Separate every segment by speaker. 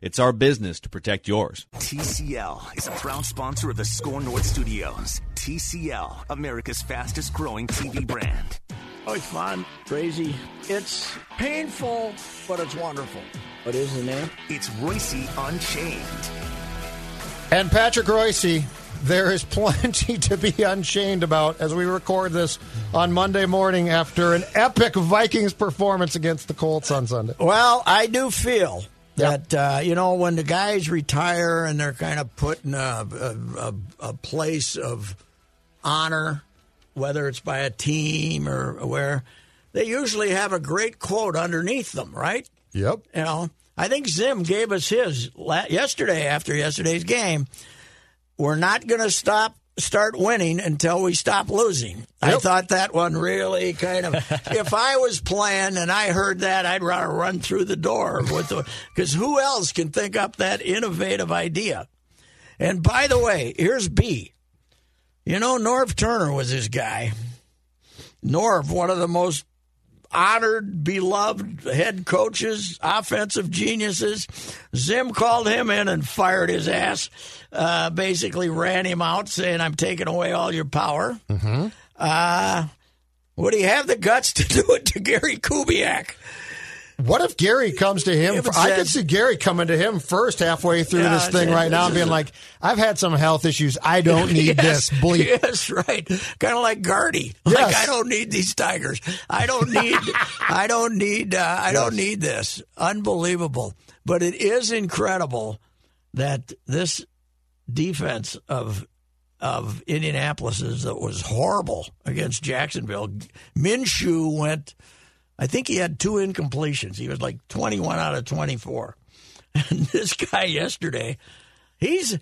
Speaker 1: it's our business to protect yours.
Speaker 2: TCL is a proud sponsor of the Score North Studios. TCL, America's fastest growing TV brand.
Speaker 3: Oh, it's fun, crazy. It's painful, but it's wonderful.
Speaker 4: What is the name?
Speaker 2: It's Royce Unchained.
Speaker 5: And Patrick Royce, there is plenty to be unchained about as we record this on Monday morning after an epic Vikings performance against the Colts on Sunday.
Speaker 3: Well, I do feel that uh, you know when the guys retire and they're kind of put in a, a, a, a place of honor, whether it's by a team or where, they usually have a great quote underneath them, right?
Speaker 5: Yep.
Speaker 3: You know, I think Zim gave us his la- yesterday after yesterday's game. We're not going to stop start winning until we stop losing. I thought that one really kind of. if I was playing and I heard that, I'd rather run through the door with the because who else can think up that innovative idea? And by the way, here's B. You know, Norv Turner was his guy. Norv, one of the most honored, beloved head coaches, offensive geniuses. Zim called him in and fired his ass. Uh, basically, ran him out, saying, "I'm taking away all your power." Mm-hmm. Uh, would he have the guts to do it to Gary Kubiak?
Speaker 5: What if Gary comes to him?
Speaker 3: It was
Speaker 5: I
Speaker 3: said-
Speaker 5: could see Gary coming to him first halfway through
Speaker 3: Yeah,
Speaker 5: this thing
Speaker 3: it's-
Speaker 5: right now and being like, I've had some health issues. I don't need
Speaker 3: Yes,
Speaker 5: this. Bleep.
Speaker 3: Yes, right. Kind of like Gardy. Like
Speaker 5: Yes.
Speaker 3: I don't need these tigers. I don't need. I don't need. Uh, I don't need this. Unbelievable. But it is incredible that this defense of of Indianapolis's that was horrible against Jacksonville. Minshew went. I think he had two incompletions. He was like twenty one out of twenty four. And this guy yesterday, he's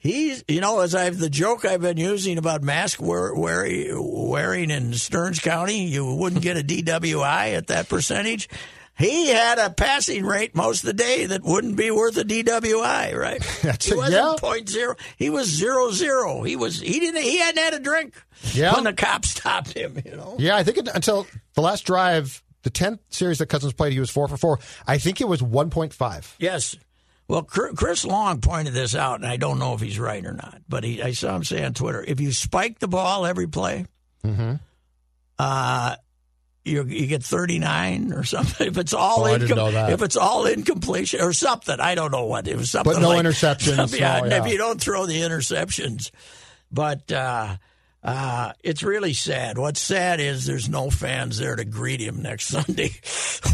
Speaker 3: He's, you know, as I've the joke I've been using about mask wear, wear, wearing in Stearns County, you wouldn't get a DWI at that percentage. He had a passing rate most of the day that wouldn't be worth a DWI, right? he
Speaker 5: a-
Speaker 3: wasn't
Speaker 5: yeah.
Speaker 3: point zero. He was zero zero. He was he didn't he hadn't had a drink
Speaker 5: Yeah.
Speaker 3: when the cops stopped him. You know,
Speaker 5: Yeah, I think it, until the last drive, the 10th series that Cousins played, he was four for four. I think it was 1.5.
Speaker 3: Yes. Well, Cr- Chris Long pointed this out, and I don't know if he's right or not, but he, I saw him say on Twitter if you spike the ball every play,
Speaker 5: Mm-hmm.
Speaker 3: uh, you you get 39 or something. If it's all
Speaker 5: Oh, I didn't
Speaker 3: incom-
Speaker 5: know that.
Speaker 3: if it's all incompletion or something, I don't know what it was. Something
Speaker 5: But no
Speaker 3: like-
Speaker 5: interceptions,
Speaker 3: yeah,
Speaker 5: no,
Speaker 3: and
Speaker 5: yeah.
Speaker 3: if you don't throw the interceptions, but uh, uh, it's really sad. What's sad is there's no fans there to greet him next Sunday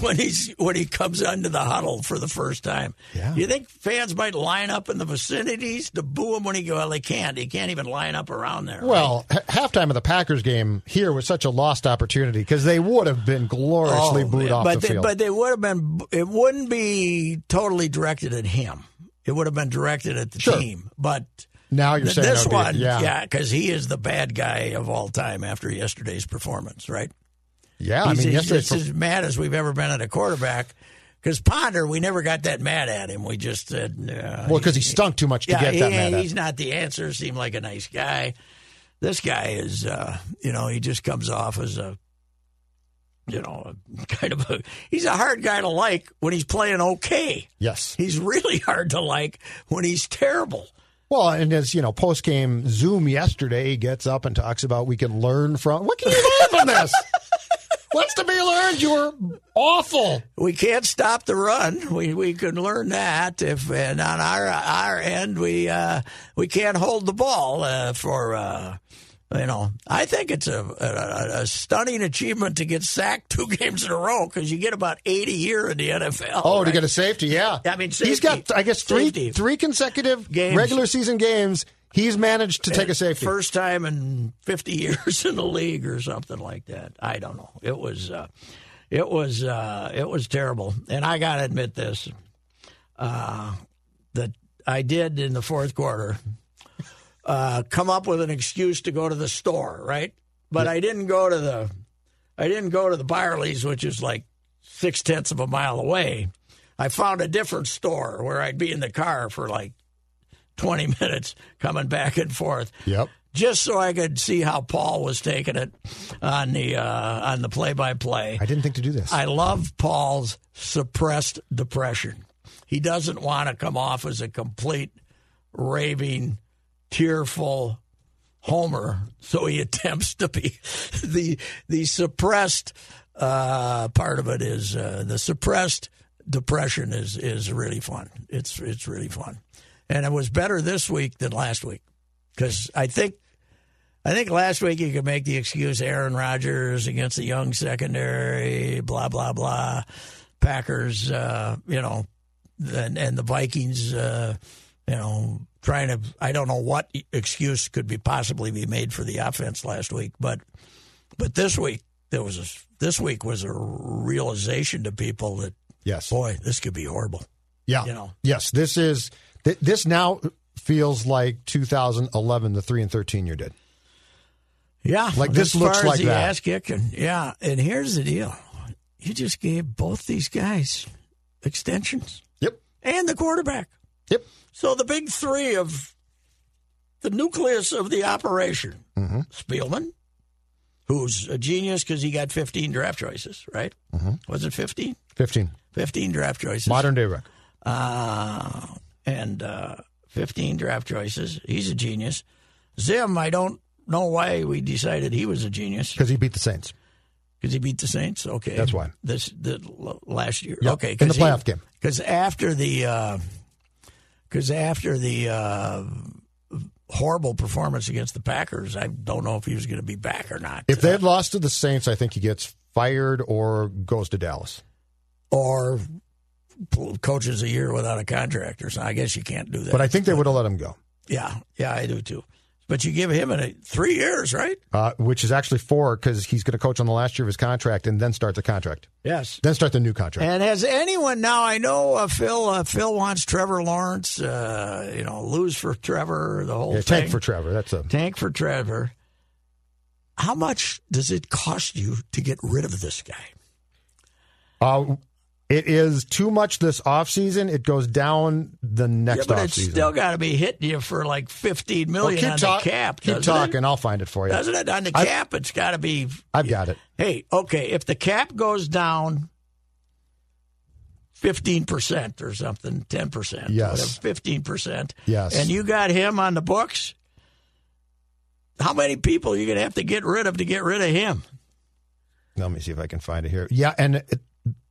Speaker 3: when he's when he comes into the huddle for the first time.
Speaker 5: Yeah.
Speaker 3: You think fans might line up in the vicinities to boo him when he goes? Well, they can't. He can't even line up around there.
Speaker 5: Well, h- halftime of the Packers game here was such a lost opportunity because they would have been gloriously
Speaker 3: Oh,
Speaker 5: booed off
Speaker 3: but
Speaker 5: the
Speaker 3: they,
Speaker 5: field.
Speaker 3: But they would have been. It wouldn't be totally directed at him. It would have been directed at the
Speaker 5: Sure.
Speaker 3: team. But
Speaker 5: now you're
Speaker 3: th-
Speaker 5: saying
Speaker 3: this
Speaker 5: that would
Speaker 3: one,
Speaker 5: be- yeah,
Speaker 3: yeah, because he is the bad guy of all time after yesterday's performance, right?
Speaker 5: yeah. I
Speaker 3: He's
Speaker 5: mean,
Speaker 3: as-
Speaker 5: yesterday,
Speaker 3: just as mad as we've ever been at a quarterback. Because Ponder, we never got that mad at him. We just said, uh,
Speaker 5: well, because he stunk too much to
Speaker 3: yeah,
Speaker 5: get that
Speaker 3: he-
Speaker 5: mad at.
Speaker 3: he's not the answer. Seemed like a nice guy. this guy is, uh, you know, he just comes off as a, you know, a kind of a. He's a hard guy to like when he's playing okay.
Speaker 5: Yes.
Speaker 3: He's really hard to like when he's terrible.
Speaker 5: Well, and as you know, post game Zoom yesterday he gets up and talks about we can learn from. What can you learn from this? What's to be learned? You were awful.
Speaker 3: we can't stop the run. We we can learn that. If and on our our end, we uh, we can't hold the ball uh, for. Uh, you know, I think it's a, a, a stunning achievement to get sacked two games in a row because you get about eight a year in the NFL.
Speaker 5: Oh, to
Speaker 3: right?
Speaker 5: get a safety, yeah.
Speaker 3: I mean,
Speaker 5: he's
Speaker 3: safety.
Speaker 5: got I guess three
Speaker 3: Safety.
Speaker 5: three consecutive
Speaker 3: Games.
Speaker 5: regular season games. He's managed to take a safety.
Speaker 3: First time in 50 years in the league or something like that. I don't know. It was uh, it was uh, it was terrible. And I got to admit this uh, that I did in the fourth quarter uh, come up with an excuse to go to the store, right? But I didn't go to the I didn't go to the Byerly's, which is like six tenths of a mile away. I found a different store where I'd be in the car for like 20 minutes coming back and forth
Speaker 5: Yep.
Speaker 3: just so I could see how Paul was taking it on the uh, on the play by play.
Speaker 5: I didn't think to do this.
Speaker 3: I love Paul's suppressed depression. He doesn't want to come off as a complete raving, tearful homer, so he attempts to be the the suppressed uh, part of it is uh, the suppressed depression is is really fun. It's it's really fun, and it was better this week than last week because I think I think last week you could make the excuse Aaron Rodgers against the young secondary, blah blah blah. Packers, uh, you know, and, and the Vikings, uh, you know, trying to. I don't know what excuse could be possibly be made for the offense last week, but but this week there was a, this week was a realization to people that
Speaker 5: yes.
Speaker 3: boy, this could be horrible.
Speaker 5: Yeah.
Speaker 3: you know.
Speaker 5: Yes. This is th- this now feels like 2011, the three and thirteen year did.
Speaker 3: Yeah,
Speaker 5: Like,
Speaker 3: as
Speaker 5: this looks
Speaker 3: far as
Speaker 5: like
Speaker 3: the
Speaker 5: that.
Speaker 3: ass kicking. Yeah, and here's the deal: you just gave both these guys extensions
Speaker 5: Yep.
Speaker 3: and the quarterback.
Speaker 5: Yep.
Speaker 3: So the big three of the nucleus of the operation:
Speaker 5: Mm-hmm.
Speaker 3: Spielman, who's a genius because he got 15 draft choices, right? Was it 15?
Speaker 5: Fifteen.
Speaker 3: 15 draft choices.
Speaker 5: Mm-hmm. Modern day record.
Speaker 3: Uh, and uh, 15 draft choices. He's a genius. Zim, I don't know why we decided he was a genius.
Speaker 5: Because he beat the Saints.
Speaker 3: Because he beat the Saints. Okay,
Speaker 5: That's why.
Speaker 3: This the l- last year.
Speaker 5: Yeah,
Speaker 3: Okay,
Speaker 5: in the playoff game.
Speaker 3: Because after the because after the uh, horrible performance against the Packers, I don't know if he was going to be back or not.
Speaker 5: If they had lost to the Saints, I think he gets fired or goes to Dallas.
Speaker 3: or coaches a year without a contract or something. I guess you can't do that.
Speaker 5: But I think they would have let him go,
Speaker 3: yeah, yeah, I do too. But you give him in a, three years, right?
Speaker 5: uh, which is actually four because he's going to coach on the last year of his contract and then start the contract,
Speaker 3: Yes.
Speaker 5: then start the new contract.
Speaker 3: And has anyone now? I know uh, Phil. Uh, Phil wants Trevor Lawrence. Uh, you know, lose for Trevor. The whole
Speaker 5: Yeah,
Speaker 3: thing.
Speaker 5: tank for Trevor. That's a
Speaker 3: tank for Trevor. How much does it cost you to get rid of this guy?
Speaker 5: Uh, it is too much this offseason. It goes down the next
Speaker 3: yeah, but it's
Speaker 5: offseason.
Speaker 3: still got to be hitting you for like fifteen
Speaker 5: Well,
Speaker 3: million
Speaker 5: keep
Speaker 3: on
Speaker 5: talk-
Speaker 3: the cap.
Speaker 5: Keep
Speaker 3: doesn't it?
Speaker 5: talking. I'll find it for you.
Speaker 3: doesn't it? On the
Speaker 5: I've-
Speaker 3: cap, it's got to be.
Speaker 5: I've got it.
Speaker 3: Hey, okay, if the cap goes down fifteen percent or something, ten percent,
Speaker 5: Yes.
Speaker 3: fifteen percent,
Speaker 5: Yes.
Speaker 3: and you got him on the books. How many people are you going to have to get rid of to get rid of him?
Speaker 5: Let me see if I can find it here. Yeah, and it,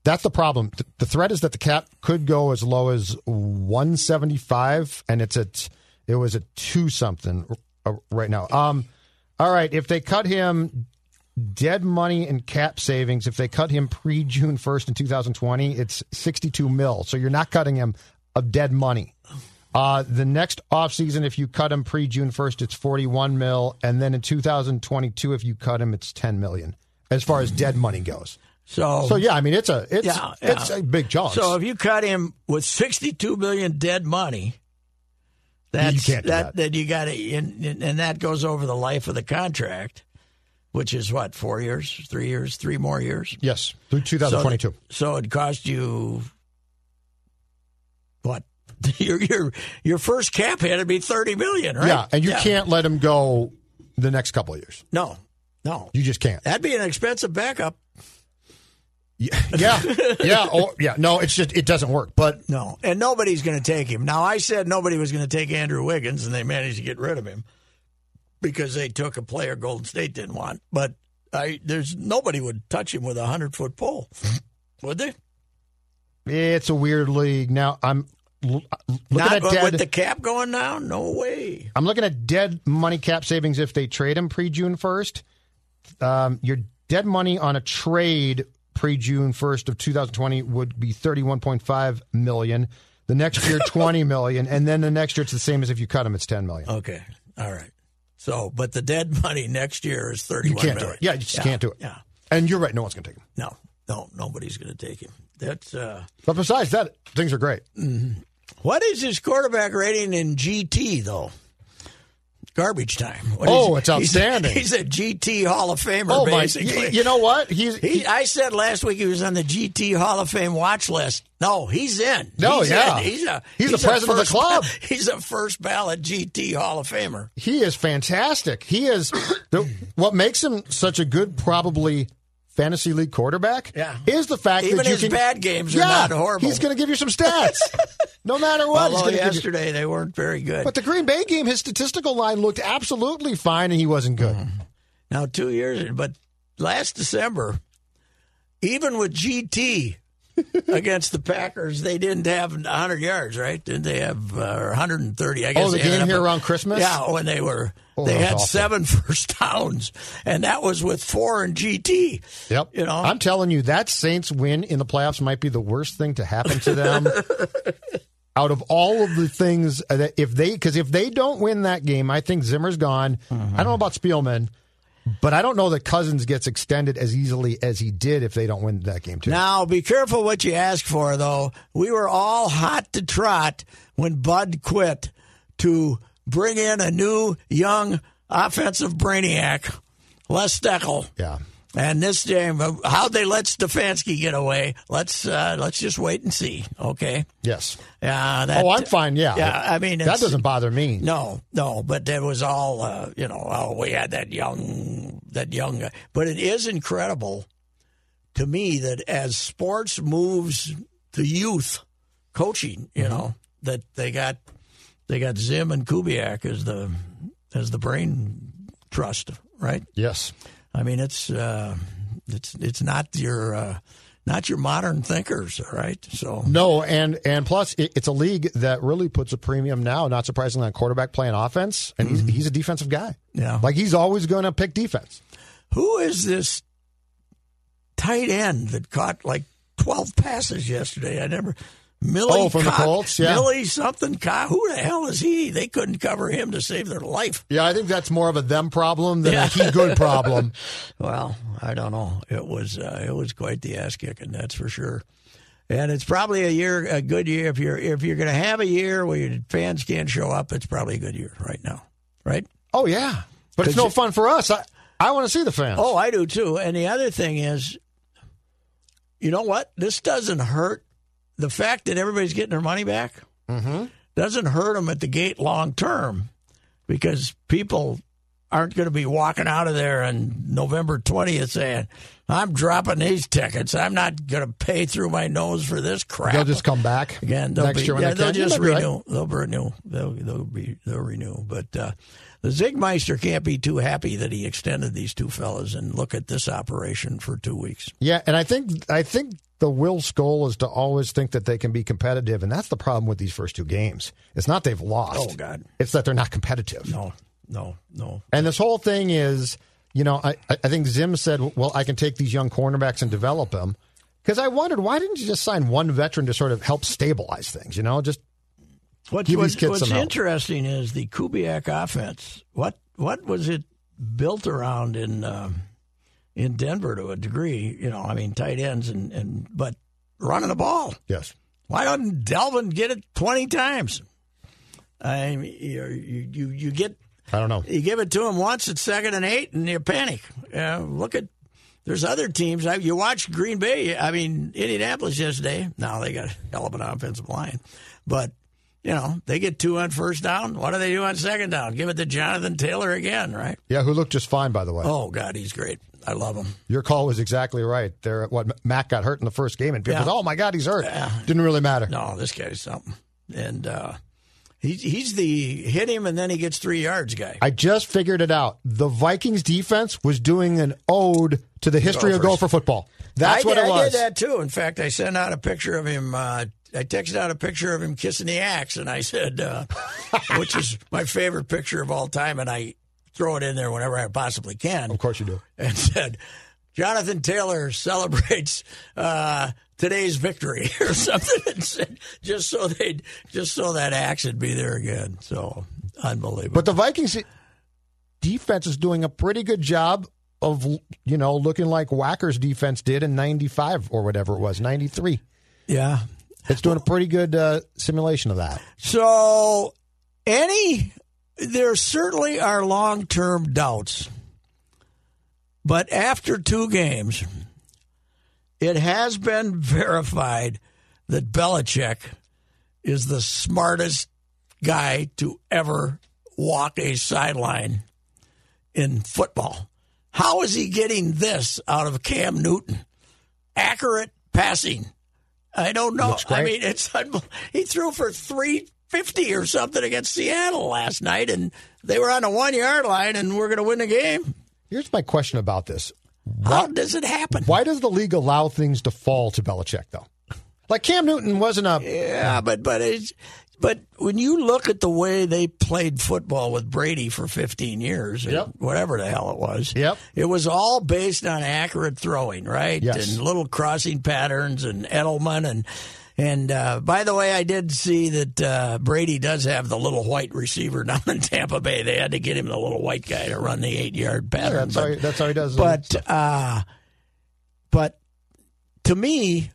Speaker 5: that's the problem. Th- The threat is that the cap could go as low as 175, and it's at it was at two something r- uh, right now. Um, all right, if they cut him. Dead money and cap savings. If they cut him pre June first in 2020, it's 62 mil. So you're not cutting him of dead money. Uh, the next offseason, if you cut him pre June 1st, it's 41 mil. And then in 2022, if you cut him, it's 10 million as far as dead money goes.
Speaker 3: So,
Speaker 5: So, yeah, I mean, it's a it's,
Speaker 3: Oh. Yeah, yeah.
Speaker 5: it's a big chunk.
Speaker 3: So if you cut him with sixty-two million dead money, that's
Speaker 5: can't do that.
Speaker 3: Then you got to, and, and that goes over the life of the contract, which is what four years, three years, three more years.
Speaker 5: yes, through
Speaker 3: So-
Speaker 5: 2022.
Speaker 3: So, it cost you what? your your your first cap hit would be thirty million, right?
Speaker 5: Yeah, and you can't let him go the next couple of years.
Speaker 3: No, no.
Speaker 5: You just can't.
Speaker 3: That'd be an expensive backup.
Speaker 5: Yeah, yeah, oh, yeah. No, it's just it doesn't work. But
Speaker 3: No, and nobody's going to take him. Now I said nobody was going to take Andrew Wiggins, and they managed to get rid of him because they took a player Golden State didn't want. But I, there's nobody would touch him with a hundred foot pole, would they?
Speaker 5: it's a weird league. Now I'm l- looking
Speaker 3: Not
Speaker 5: at
Speaker 3: with-
Speaker 5: dead.
Speaker 3: with the cap going down. No way.
Speaker 5: I'm looking at dead money cap savings if they trade him pre June 1st. Um, your dead money on a trade pre June 1st of 2020 would be 31.5 million. The next year, 20 million, and then the next year, it's the same as if you cut him. It's 10 million.
Speaker 3: Okay, all right. So, but the dead money next year is thirty.
Speaker 5: you can't do it. Yeah, you just can't do it.
Speaker 3: Yeah,
Speaker 5: And you're right. No one's going to take him.
Speaker 3: no, no, nobody's going to take him. That's uh,
Speaker 5: But besides that, things are great.
Speaker 3: what is his quarterback rating in GT though? Garbage time. What
Speaker 5: Oh,
Speaker 3: is-
Speaker 5: it's outstanding.
Speaker 3: He's a, he's a GT Hall of Famer,
Speaker 5: Oh my!
Speaker 3: basically.
Speaker 5: y- You know what? He's
Speaker 3: He, I said last week he was on the GT Hall of Fame watch list. No, he's in.
Speaker 5: No,
Speaker 3: he's
Speaker 5: yeah.
Speaker 3: in. he's a
Speaker 5: He's the president of the
Speaker 3: first-
Speaker 5: club.
Speaker 3: He's a first ballot GT Hall of Famer.
Speaker 5: he is fantastic. He is the, what makes him such a good, probably fantasy league quarterback.
Speaker 3: Yeah.
Speaker 5: is the fact
Speaker 3: Even
Speaker 5: that you
Speaker 3: his
Speaker 5: can,
Speaker 3: bad games are
Speaker 5: yeah,
Speaker 3: not horrible.
Speaker 5: He's going to give you some stats, no matter what. he's
Speaker 3: Although
Speaker 5: gonna give you-
Speaker 3: yesterday they weren't very good.
Speaker 5: but the Green Bay game, his statistical line looked absolutely fine, and he wasn't good.
Speaker 3: now two years, but last December, even with GT against the Packers, they didn't have 100 yards, right? Didn't they have uh, or 130? I guess
Speaker 5: Oh, the
Speaker 3: they ended
Speaker 5: game
Speaker 3: up
Speaker 5: here
Speaker 3: with-
Speaker 5: around Christmas.
Speaker 3: Yeah, when they were
Speaker 5: Oh,
Speaker 3: they
Speaker 5: that was
Speaker 3: had
Speaker 5: awful.
Speaker 3: seven first downs, and that was with four and GT.
Speaker 5: Yep.
Speaker 3: You know?
Speaker 5: I'm telling you, that Saints win in the playoffs might be the worst thing to happen to them. Out of all of the things that if they because if they don't win that game, I think Zimmer's gone. I don't know about Spielman, but I don't know that Cousins gets extended as easily as he did if they don't win that game too.
Speaker 3: Now, be careful what you ask for, though. We were all hot to trot when Bud quit to bring in a new, young, offensive brainiac, Les Steckel.
Speaker 5: yeah.
Speaker 3: And this game, uh, how'd they let Stefanski get away? Let's uh, let's just wait and see. Okay.
Speaker 5: Yes.
Speaker 3: Yeah. That,
Speaker 5: oh, I'm fine. Yeah.
Speaker 3: Yeah. I mean,
Speaker 5: that
Speaker 3: it's-
Speaker 5: doesn't bother me.
Speaker 3: No, no, but that was all. Uh, you know, oh, we had that young, that young guy. But it is incredible to me that as sports moves to youth coaching, you
Speaker 5: Mm-hmm.
Speaker 3: know, that they got they got Zim and Kubiak as the as the brain trust, right?
Speaker 5: Yes.
Speaker 3: I mean, it's uh, it's it's not your uh, not your modern thinkers, all right? So
Speaker 5: No, and and plus it, it's a league that really puts a premium now, not surprisingly, on quarterback playing offense, and
Speaker 3: Mm-hmm.
Speaker 5: he's, he's a defensive guy.
Speaker 3: yeah,
Speaker 5: Like he's always going to pick defense.
Speaker 3: who is this tight end that caught like 12 passes yesterday? I never. Millie
Speaker 5: Oh, from the
Speaker 3: Cock-
Speaker 5: Colts, yeah.
Speaker 3: Millie something. Cock- Who the hell is he? They couldn't cover him to save their life.
Speaker 5: Yeah, I think that's more of a them problem than a he good problem.
Speaker 3: Well, I don't know. It was uh, it was quite the ass kicking, that's for sure. And it's probably a year, a good year if you're if you're going to have a year where your fans can't show up. It's probably a good year right now, right?
Speaker 5: Oh yeah, but it's no fun for us. I, I want to see the fans.
Speaker 3: Oh, I do too. And the other thing is, you know what? This doesn't hurt the fact that everybody's getting their money back.
Speaker 5: Mm-hmm.
Speaker 3: Doesn't hurt them at the gate long term because people aren't going to be walking out of there on November 20th saying, I'm dropping these tickets. I'm not going to pay through my nose for this crap.
Speaker 5: they'll just come back
Speaker 3: Again, they'll
Speaker 5: next
Speaker 3: be,
Speaker 5: year when
Speaker 3: yeah,
Speaker 5: they
Speaker 3: they'll
Speaker 5: can. You
Speaker 3: just
Speaker 5: might be right.
Speaker 3: renew. They'll be renew. They'll they'll be they'll renew. But uh, the Zigmeister can't be too happy that he extended these two fellas and look at this operation for two weeks.
Speaker 5: Yeah, and I think I think the Will's goal is to always think that they can be competitive, and that's the problem with these first two games. It's not they've lost.
Speaker 3: Oh, God.
Speaker 5: it's that they're not competitive.
Speaker 3: No, no, no.
Speaker 5: And this whole thing is, you know, I, I think Zim said, well, I can take these young cornerbacks and develop them. Because I wondered, why didn't you just sign one veteran to sort of help stabilize things, you know? Just,
Speaker 3: What's,
Speaker 5: Give
Speaker 3: what's,
Speaker 5: these kids
Speaker 3: what's
Speaker 5: some help.
Speaker 3: interesting is the Kubiak offense. What what was it built around in um in Denver to a degree? You know, I mean, tight ends and, and but running the ball.
Speaker 5: yes.
Speaker 3: Why doesn't Delvin get it twenty times? I mean, you you you get
Speaker 5: I don't know.
Speaker 3: you give it to him once at second and eight, and you panic. Uh, look at there's other teams. I, you watch Green Bay. I mean, Indianapolis yesterday. Now they got a hell of an offensive line, but you know, they get two on first down. What do they do on second down? Give it to Jonathan Taylor again, right?
Speaker 5: Yeah, who looked just fine, by the way.
Speaker 3: Oh, God, he's great. I love him.
Speaker 5: Your call was exactly right. There, what Mac got hurt in the first game, and people
Speaker 3: Yeah.
Speaker 5: said, "Oh my God, he's hurt." Didn't really matter.
Speaker 3: No, this guy's something. And uh, he, he's the hit him and then he gets three yards guy.
Speaker 5: I just figured it out. The Vikings defense was doing an ode to the history of
Speaker 3: Gophers.
Speaker 5: Gopher football. That's
Speaker 3: I
Speaker 5: what
Speaker 3: did,
Speaker 5: it
Speaker 3: I
Speaker 5: was.
Speaker 3: did that too. In fact, I sent out a picture of him. Uh, I texted out a picture of him kissing the axe, and I said, uh, which is my favorite picture of all time, and I throw it in there whenever I possibly can.
Speaker 5: Of course you do.
Speaker 3: And said, Jonathan Taylor celebrates uh, today's victory or something, and said, just so they, would just so that axe would be there again. So unbelievable.
Speaker 5: But the Vikings defense is doing a pretty good job of you know looking like Whackers defense did in '95 or whatever it was, '93.
Speaker 3: yeah,
Speaker 5: It's doing a pretty good uh, simulation of that.
Speaker 3: So, any, there certainly are long term doubts. But after two games, it has been verified that Belichick is the smartest guy to ever walk a sideline in football. How is he getting this out of Cam Newton? Accurate passing. I don't know.
Speaker 5: Looks great.
Speaker 3: I mean, it's unbel- he threw for three fifty or something against Seattle last night, and they were on the one yard line, and we're going to win the game.
Speaker 5: Here's my question about this:
Speaker 3: How does it happen?
Speaker 5: Why does the league allow things to fall to Belichick though? Like Cam Newton wasn't a
Speaker 3: Yeah, but but it's but when you look at the way they played football with Brady for 15 years, or
Speaker 5: Yep.
Speaker 3: whatever the hell it was,
Speaker 5: Yep.
Speaker 3: it was all based on accurate throwing, right?
Speaker 5: Yes.
Speaker 3: And little crossing patterns and Edelman and and uh, by the way, I did see that uh, Brady does have the little white receiver down in Tampa Bay. They had to get him the little white guy to run the eight yard pattern.
Speaker 5: that's,
Speaker 3: but-
Speaker 5: how he, that's how he does. it.
Speaker 3: but uh, but to me,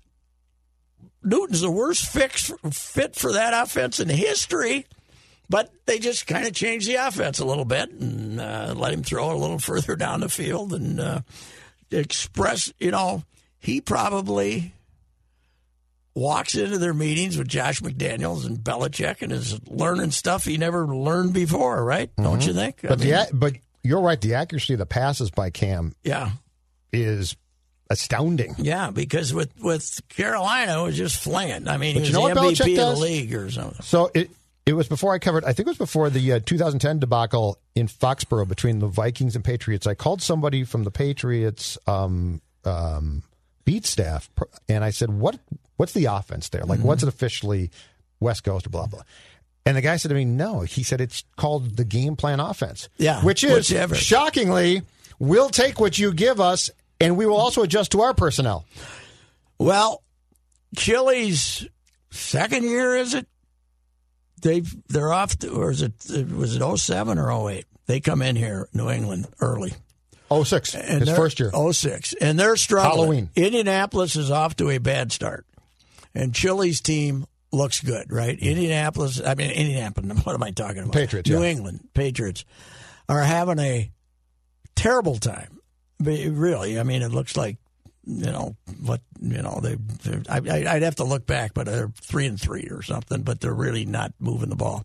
Speaker 3: Newton's the worst fix fit for that offense in history. But they just kind of changed the offense a little bit and uh, let him throw it a little further down the field and uh, express. You know, he probably walks into their meetings with Josh McDaniels and Belichick and is learning stuff he never learned before, right? Don't you think? I
Speaker 5: but
Speaker 3: mean,
Speaker 5: the ac- but you're right. The accuracy of the passes by Cam
Speaker 3: yeah.
Speaker 5: is astounding.
Speaker 3: Yeah, because with with Carolina, it was just flinging. I mean, he
Speaker 5: But
Speaker 3: was
Speaker 5: you know
Speaker 3: the
Speaker 5: what Belichick
Speaker 3: MVP of
Speaker 5: does?
Speaker 3: the league or something.
Speaker 5: So it it was before I covered. I think it was before the uh, 2010 debacle in Foxborough between the Vikings and Patriots. I called somebody from the Patriots um, um, beat staff, pr- and I said, "What what's the offense there? Like,
Speaker 3: Mm-hmm.
Speaker 5: what's it officially West Coast or blah blah." And the guy said to me, "No." He said it's called the game plan offense.
Speaker 3: Yeah,
Speaker 5: which is
Speaker 3: whichever.
Speaker 5: shockingly, we'll take what you give us, and we will also adjust to our personnel.
Speaker 3: Well, Chili's second year is it? They they're off, to, or is it was it 07 or 08? They come in here, New England, early.
Speaker 5: Oh six, his
Speaker 3: they're-
Speaker 5: first year.
Speaker 3: 06. And they're struggling.
Speaker 5: Halloween.
Speaker 3: Indianapolis is off to a bad start. And Chili's team looks good, right? Indianapolis, I mean, Indianapolis, what am I talking about?
Speaker 5: Patriots,
Speaker 3: New
Speaker 5: yeah.
Speaker 3: England, Patriots are having a terrible time. But it really, I mean, it looks like, you know, what, you know, they, they're- I, I- I'd have to look back, but they're three and three or something, but they're really not moving the ball.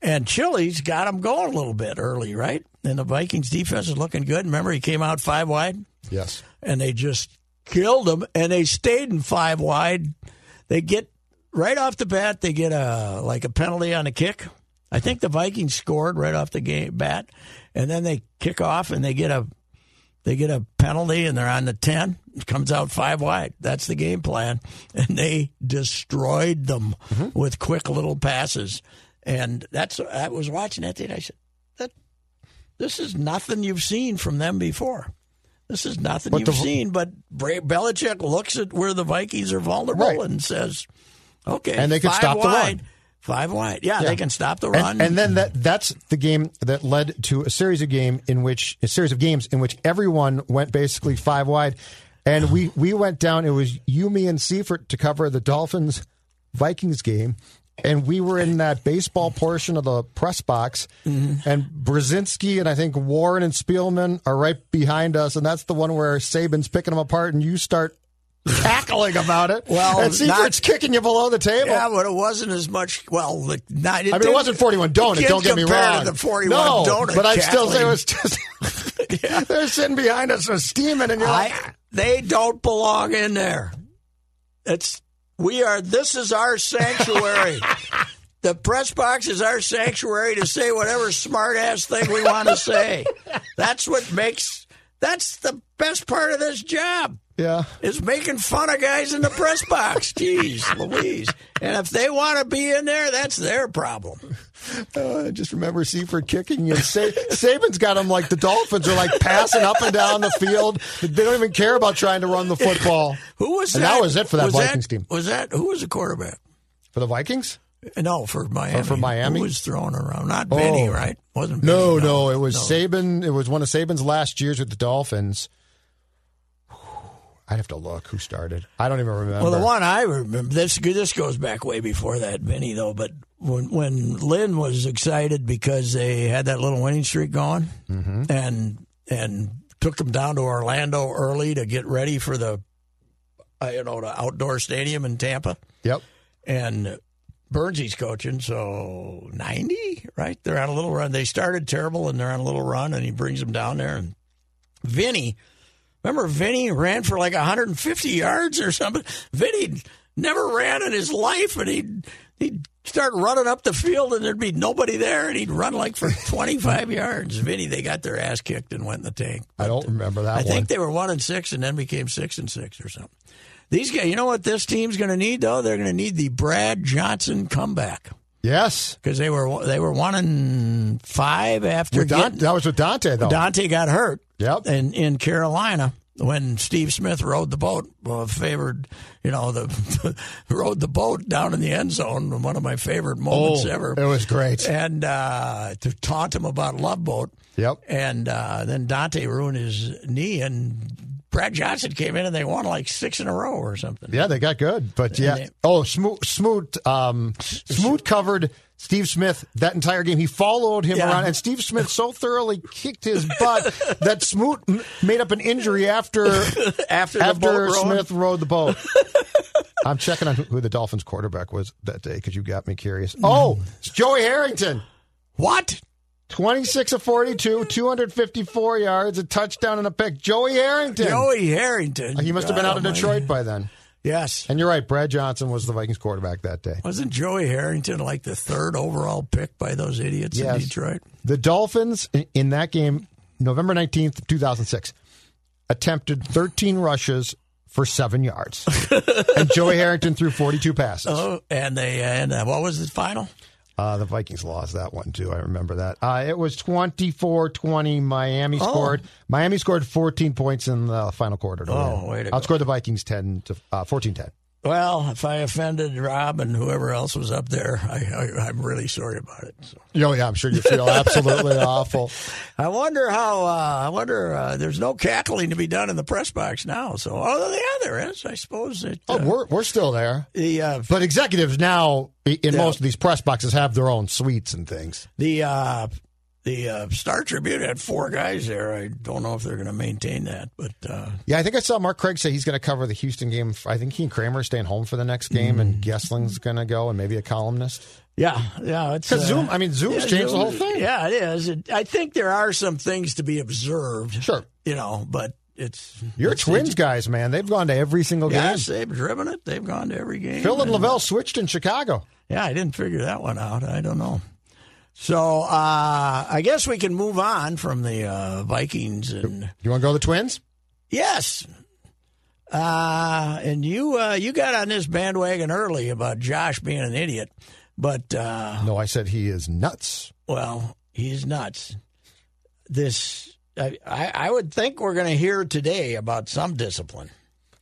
Speaker 3: And Chili's got him going a little bit early, right? And the Vikings defense is looking good. Remember, he came out five wide
Speaker 5: Yes,
Speaker 3: and they just killed him and they stayed in five wide. They get right off the bat, they get a like a penalty on a kick. I think the Vikings scored right off the game bat, and then they kick off and they get a they get a penalty and they're on the ten. It comes out five wide. That's the game plan, and they destroyed them
Speaker 5: Mm-hmm.
Speaker 3: with quick little passes. And that's I was watching that thing. I said that this is nothing you've seen from them before. This is nothing
Speaker 5: But
Speaker 3: you've
Speaker 5: the-
Speaker 3: seen. But Bra- Belichick looks at where the Vikings are vulnerable
Speaker 5: Right.
Speaker 3: and says, "Okay,
Speaker 5: And they could
Speaker 3: five
Speaker 5: stop the run.
Speaker 3: wide, Five wide, yeah,
Speaker 5: Yeah.
Speaker 3: they can stop the
Speaker 5: And-
Speaker 3: run."
Speaker 5: And, then that that's the game that led to a series of game in which a series of games in which everyone went basically five wide, and we we went down. It was you, me, and Seifert to cover the Dolphins Vikings game. And we were in that baseball portion of the press box,
Speaker 3: Mm-hmm.
Speaker 5: and Brzezinski and I think Warren and Spielman are right behind us, and that's the one where Saban's picking them apart, and you start cackling about it.
Speaker 3: Well,
Speaker 5: and Seifert's
Speaker 3: not-
Speaker 5: kicking you below the table.
Speaker 3: Yeah, but it wasn't as much. Well, the not,
Speaker 5: I mean, it wasn't 41 donut.
Speaker 3: can't
Speaker 5: Don't get me
Speaker 3: compare to
Speaker 5: wrong.
Speaker 3: the 41
Speaker 5: no,
Speaker 3: donut,
Speaker 5: but I still say it
Speaker 3: Kathleen.
Speaker 5: was just. They're sitting behind us, they're steaming, and you're like, "Ah."
Speaker 3: I, they don't belong in there. It's we are. This is our sanctuary. the press box is our sanctuary to say whatever smart ass thing we want to say. That's what makes. That's the best part of this job
Speaker 5: yeah.
Speaker 3: is making fun of guys in the press box. Jeez, Louise! And if they want to be in there, that's their problem.
Speaker 5: Uh, I just remember Seaford kicking you. Sa- Saban's got them like the Dolphins are like passing up and down the field. They don't even care about trying to run the football.
Speaker 3: Who was that?
Speaker 5: And that was it for that Vikings team.
Speaker 3: Was that who was the quarterback?
Speaker 5: For the Vikings?
Speaker 3: No, for Miami.
Speaker 5: Oh, for Miami?
Speaker 3: who was thrown around? Not Benny,
Speaker 5: Oh.
Speaker 3: right? Wasn't
Speaker 5: No,
Speaker 3: Benny,
Speaker 5: no, it was
Speaker 3: no.
Speaker 5: Saban. It was one of Saban's last years with the Dolphins. I'd have to look who started. I don't even remember.
Speaker 3: Well, the one I remember this this goes back way before that, Benny though. But when when Lynn was excited because they had that little winning streak going,
Speaker 5: Mm-hmm.
Speaker 3: and and took them down to Orlando early to get ready for the uh, you know the outdoor stadium in Tampa,
Speaker 5: Yep.
Speaker 3: and Burnsy's coaching, so ninety right? They're on a little run. They started terrible, and they're on a little run, and he brings them down there. And Vinny, Remember, Vinny ran for like 150 yards or something. Vinny never ran in his life, and he'd he'd start running up the field, and there'd be nobody there, and he'd run like for 25 yards. Vinny, they got their ass kicked and went in the tank.
Speaker 5: I don't remember that
Speaker 3: I
Speaker 5: one.
Speaker 3: think they were one and six, and then became six and six or something. These guys, you know what this team's going to need though? They're going to need the Brad Johnson comeback
Speaker 5: yes.
Speaker 3: because they were they were one and five after
Speaker 5: With Dan-
Speaker 3: getting-
Speaker 5: that was with Dante, though.
Speaker 3: Dante got hurt.
Speaker 5: Yep.
Speaker 3: In in Carolina when Steve Smith rode the boat, well, favored, you know, the rode the boat down in the end zone. One of my favorite moments
Speaker 5: Oh,
Speaker 3: ever.
Speaker 5: it was great.
Speaker 3: And uh, to taunt him about Love Boat.
Speaker 5: Yep.
Speaker 3: And uh, then Dante ruined his knee, and Brad Johnson came in and they won like six in a row or something.
Speaker 5: Yeah, they got good, but yeah.
Speaker 3: they-
Speaker 5: oh, Smoot, Smoot, um, Smoot covered Steve Smith that entire game. He followed him
Speaker 3: Yeah.
Speaker 5: around, and Steve Smith so thoroughly kicked his butt that Smoot m- made up an injury after
Speaker 3: After the
Speaker 5: after
Speaker 3: boat rowing?
Speaker 5: Smith rode the boat. I'm checking on who- who the Dolphins quarterback was that day because you got me curious.
Speaker 3: Mm-hmm.
Speaker 5: Oh, it's Joey Harrington.
Speaker 3: What?
Speaker 5: 26 of 42, 254 yards, a touchdown and a pick. Joey Harrington.
Speaker 3: Joey Harrington.
Speaker 5: He must have been
Speaker 3: God
Speaker 5: out of
Speaker 3: almighty.
Speaker 5: Detroit by then.
Speaker 3: Yes.
Speaker 5: And you're right, Brad Johnson was the Vikings quarterback that day.
Speaker 3: Wasn't Joey Harrington like the third overall pick by those idiots in
Speaker 5: Yes.
Speaker 3: Detroit?
Speaker 5: The Dolphins i- in that game, November 19th, 2006, attempted 13 rushes for seven yards. and Joey Harrington threw 42 passes.
Speaker 3: Oh, and they and uh, what was the final?
Speaker 5: Uh, the Vikings lost that one, too. I remember that. Uh, it was 24 20. Miami scored. Miami scored 14 points in the final quarter. To
Speaker 3: Oh,
Speaker 5: win.
Speaker 3: way to go.
Speaker 5: Outscored the Vikings 10 to uh, 14 10.
Speaker 3: Well, if I offended Rob and whoever else was up there, I, I, I'm really sorry about it. So.
Speaker 5: Oh, yeah, I'm sure you feel absolutely awful.
Speaker 3: I wonder how. Uh, I wonder. Uh, there's no cackling to be done in the press box now. So, although yeah, there is. I suppose it.
Speaker 5: Oh,
Speaker 3: uh,
Speaker 5: we're, we're still there.
Speaker 3: the uh,
Speaker 5: But executives now i- in
Speaker 3: Yeah.
Speaker 5: most of these press boxes have their own suites and things.
Speaker 3: the uh, the uh, Star Tribune had four guys there. I don't know if they're going to maintain that, but uh,
Speaker 5: Yeah, I think I saw Mark Craig say he's going to cover the Houston game. I think he and Kramer are staying home for the next game,
Speaker 3: Mm.
Speaker 5: and Gessling's going to go, and maybe a columnist.
Speaker 3: yeah, yeah. It's
Speaker 5: Because
Speaker 3: uh,
Speaker 5: Zoom, I mean, Zoom's changed the whole
Speaker 3: Zoom-
Speaker 5: thing.
Speaker 3: Yeah, it is. It, I think there are some things to be observed.
Speaker 5: Sure.
Speaker 3: you know, but it's
Speaker 5: Your
Speaker 3: it's-
Speaker 5: Twins
Speaker 3: it's-
Speaker 5: guys, man, they've gone to every single game.
Speaker 3: Yes, they've driven it. They've gone to every game.
Speaker 5: Phil and
Speaker 3: And-
Speaker 5: Lavelle switched in Chicago.
Speaker 3: Yeah, I didn't figure that one out. I don't know. So uh, I guess we can move on from the uh, Vikings and
Speaker 5: You want to go to the Twins?
Speaker 3: yes, uh, and you uh, you got on this bandwagon early about Josh being an idiot, but uh,
Speaker 5: No, I said he is nuts.
Speaker 3: Well, he's nuts. This, I, I, I would think we're going to hear today about some discipline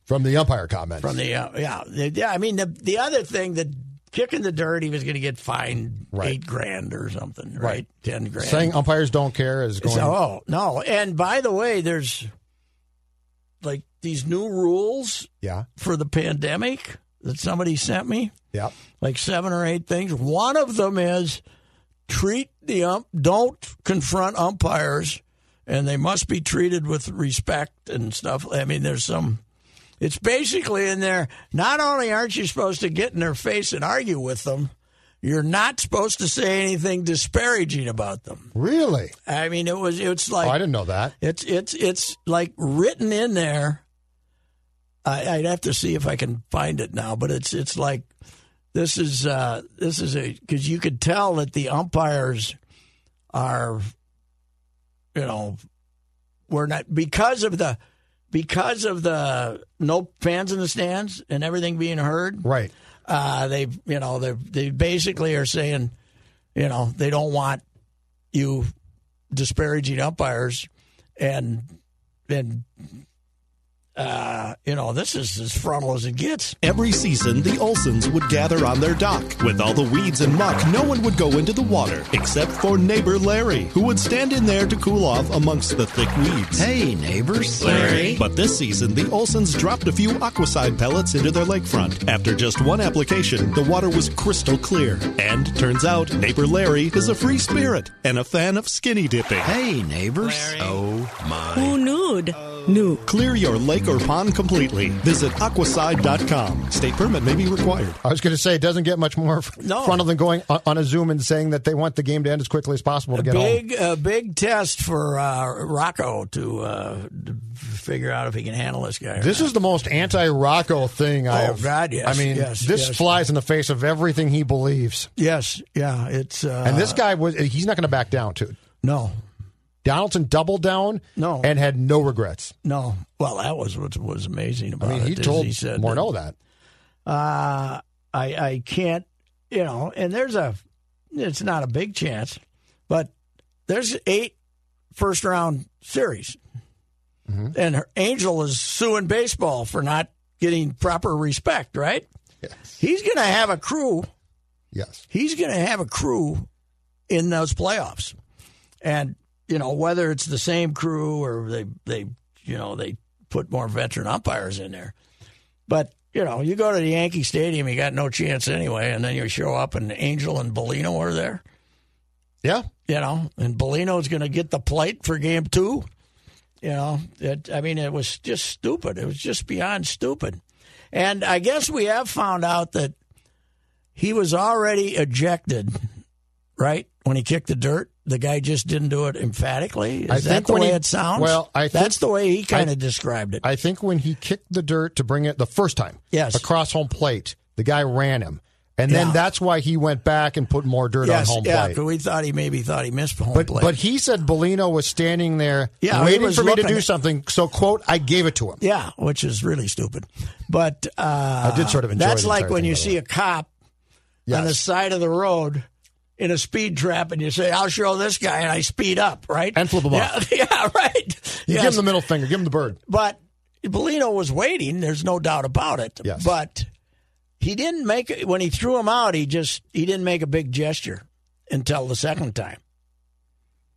Speaker 5: From the umpire comments.
Speaker 3: from the, uh, yeah, the, yeah. I mean, the the other thing that kicking the dirt, he was going to get fined
Speaker 5: Right.
Speaker 3: eight grand or something, right?
Speaker 5: Right.
Speaker 3: Ten grand.
Speaker 5: Saying oh, umpires don't care is going.
Speaker 3: So, oh no! And by the way, there's like these new rules
Speaker 5: Yeah,
Speaker 3: for the pandemic that somebody sent me
Speaker 5: yeah.
Speaker 3: like seven or eight things. One of them is treat the ump, don't confront umpires, and they must be treated with respect and stuff. I mean, there's some. It's basically in there. Not only aren't you supposed to get in their face and argue with them, you're not supposed to say anything disparaging about them.
Speaker 5: Really?
Speaker 3: I mean, it was it's like
Speaker 5: Oh, I didn't know that.
Speaker 3: it's it's it's like written in there. I, I'd have to see if I can find it now, but it's it's like this is uh, this is a because you could tell that the umpires are, you know, we're not because of the because of the no fans in the stands and everything being heard.
Speaker 5: Right.
Speaker 3: Uh, they you know they they basically are saying, you know, they don't want you disparaging umpires and and uh, you know this is as frontal as it gets.
Speaker 4: Every season, the Olsons would gather on their dock. With all the weeds and muck, no one would go into the water, except for neighbor Larry, who would stand in there to cool off amongst the thick weeds.
Speaker 6: Hey, neighbors.
Speaker 4: But this season, the Olsons dropped a few Aquaside pellets into their lakefront. After just one application, the water was crystal clear. And turns out, neighbor Larry is a free spirit and a fan of skinny dipping.
Speaker 6: Hey, neighbors. Oh, my.
Speaker 7: Who nude? Nude.
Speaker 4: Clear your lake or pond completely. Visit aquaside.com. State permit may be required.
Speaker 5: I was going to say it doesn't get much more
Speaker 3: No.
Speaker 5: frontal than going on, on a Zoom and saying that they want the game to end as quickly as possible to get home.
Speaker 3: big a big test for uh, Rocco to, uh, to figure out if he can handle this guy. or
Speaker 5: This
Speaker 3: not.
Speaker 5: is the most anti-Rocco thing I
Speaker 3: Oh,
Speaker 5: have.
Speaker 3: God, yes,
Speaker 5: I mean,
Speaker 3: yes,
Speaker 5: this
Speaker 3: yes.
Speaker 5: flies in the face of everything he believes.
Speaker 3: yes, yeah, it's uh,
Speaker 5: And this guy was—he's not going to back down to it.
Speaker 3: no,
Speaker 5: Donaldson doubled down,
Speaker 3: No.
Speaker 5: and had no regrets.
Speaker 3: no. Well, that was what was amazing
Speaker 5: I
Speaker 3: about
Speaker 5: mean,
Speaker 3: it.
Speaker 5: he
Speaker 3: is
Speaker 5: told
Speaker 3: Uh, he said
Speaker 5: Morneau that.
Speaker 3: uh, I I can't, you know. And there's a, it's not a big chance, but there's eight first round series, and her, Angel is suing baseball for not getting proper respect. Right? He's going to have a crew.
Speaker 5: Yes,
Speaker 3: He's going to have a crew in those playoffs, and you know whether it's the same crew or they they you know they put more veteran umpires in there. But you know, you go to the Yankee Stadium, you got no chance anyway, and then you show up and Angel and Bellino are there.
Speaker 5: yeah.
Speaker 3: You know, and Bellino's going to get the plate for Game Two. You know, it, I mean, it was just stupid. It was just beyond stupid. And I guess we have found out that he was already ejected, right? When he kicked the dirt, the guy just didn't do it emphatically. Is
Speaker 5: I
Speaker 3: that
Speaker 5: think
Speaker 3: the
Speaker 5: when
Speaker 3: way
Speaker 5: he-
Speaker 3: it sounds?
Speaker 5: well, I think-
Speaker 3: that's the way he kind of described it.
Speaker 5: I think when he kicked the dirt to bring it the first time,
Speaker 3: Yes.
Speaker 5: across home plate, the guy ran him, and then
Speaker 3: Yeah.
Speaker 5: that's why he went back and put more dirt
Speaker 3: yes,
Speaker 5: on home
Speaker 3: yeah,
Speaker 5: plate.
Speaker 3: 'cause we thought he maybe thought he missed home
Speaker 5: But
Speaker 3: plate.
Speaker 5: but he said Bellino was standing there
Speaker 3: Yeah, he
Speaker 5: waiting
Speaker 3: was
Speaker 5: for me to
Speaker 3: looking
Speaker 5: do
Speaker 3: at-
Speaker 5: something. So quote, I gave it to him.
Speaker 3: Yeah, which is really stupid. But uh,
Speaker 5: I did sort of enjoy
Speaker 3: that's
Speaker 5: the
Speaker 3: like
Speaker 5: entire
Speaker 3: when
Speaker 5: thing,
Speaker 3: you
Speaker 5: by the
Speaker 3: see
Speaker 5: way.
Speaker 3: a cop on the
Speaker 5: Yes.
Speaker 3: side of the road in a speed trap, and you say, "I'll show this guy," and I speed up, right?
Speaker 5: And flip him
Speaker 3: yeah,
Speaker 5: off.
Speaker 3: Yeah, right.
Speaker 5: You
Speaker 3: Yes.
Speaker 5: give him the middle finger, give him the bird.
Speaker 3: But Bellino was waiting. There's no doubt about it.
Speaker 5: Yes.
Speaker 3: But he didn't make it when he threw him out. He just he didn't make a big gesture until the second time.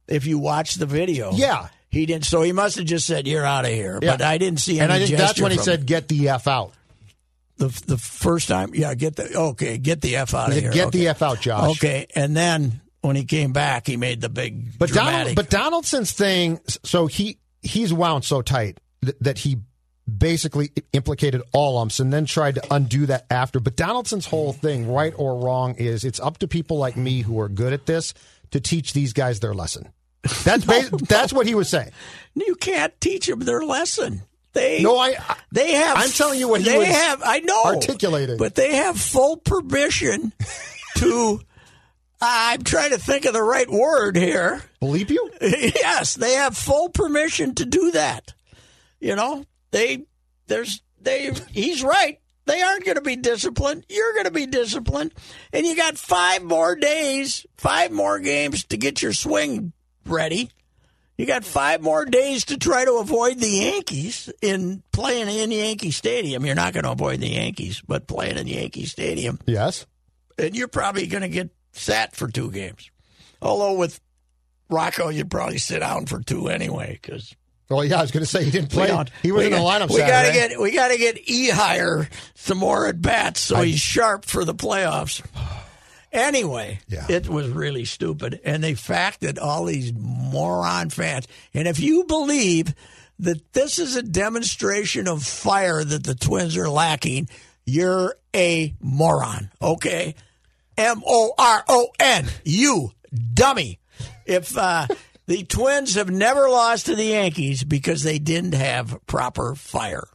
Speaker 3: If you watch the video,
Speaker 5: Yeah.
Speaker 3: he didn't. So he must have just said, "You're out of here."
Speaker 5: Yeah.
Speaker 3: But I didn't see any.
Speaker 5: And I think that's
Speaker 3: gesture
Speaker 5: when he
Speaker 3: from
Speaker 5: said,
Speaker 3: him.
Speaker 5: "Get the f out."
Speaker 3: the the first time. Yeah, get the okay, get the f out
Speaker 5: He
Speaker 3: of
Speaker 5: said,
Speaker 3: here.
Speaker 5: "Get
Speaker 3: okay.
Speaker 5: the f out, Josh."
Speaker 3: Okay, and then when he came back, he made the big
Speaker 5: But
Speaker 3: dramatic.
Speaker 5: Donald, but Donaldson's thing. So he he's wound so tight th- that he basically implicated all umps and then tried to undo that after. But Donaldson's whole thing, right or wrong, is it's up to people like me who are good at this to teach these guys their lesson. That's bas- that's what he was saying.
Speaker 3: you can't teach them their lesson. They
Speaker 5: No, I- I-
Speaker 3: they have.
Speaker 5: I'm telling you what he
Speaker 3: they
Speaker 5: was
Speaker 3: have. I know
Speaker 5: articulating.
Speaker 3: Oh, but they have full permission to. I'm trying to think of the right word here.
Speaker 5: Believe you?
Speaker 3: yes, they have full permission to do that. You know, they there's they he's right. They aren't going to be disciplined. You're going to be disciplined, and you got five more days, five more games to get your swing ready. You got five more days to try to avoid the Yankees in playing in Yankee Stadium. You're not going to avoid the Yankees, but playing in Yankee Stadium
Speaker 5: Yes.
Speaker 3: and you're probably going to get sat for two games. Although with Rocco, you'd probably sit down for two anyway because
Speaker 5: Well, yeah, I was going to say he didn't play. He was in the lineup.
Speaker 3: We gotta
Speaker 5: Saturday.
Speaker 3: get we got to get E higher some more at bats so he's sharp for the playoffs. Anyway,
Speaker 5: Yeah.
Speaker 3: it was really stupid, and they facted all these moron fans. And if you believe that this is a demonstration of fire that the Twins are lacking, you're a moron. Okay, M O R O N, you dummy. If uh, the Twins have never lost to the Yankees because they didn't have proper fire.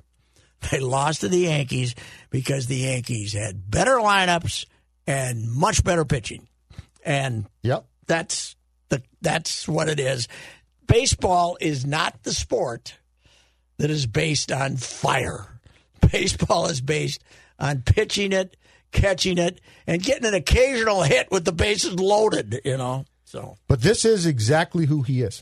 Speaker 3: They lost to the Yankees because the Yankees had better lineups and much better pitching. And
Speaker 5: Yep.
Speaker 3: that's the that's what it is. Baseball is not the sport that is based on fire. Baseball is based on pitching it, catching it, and getting an occasional hit with the bases loaded, you know. So
Speaker 5: But this is exactly who he is.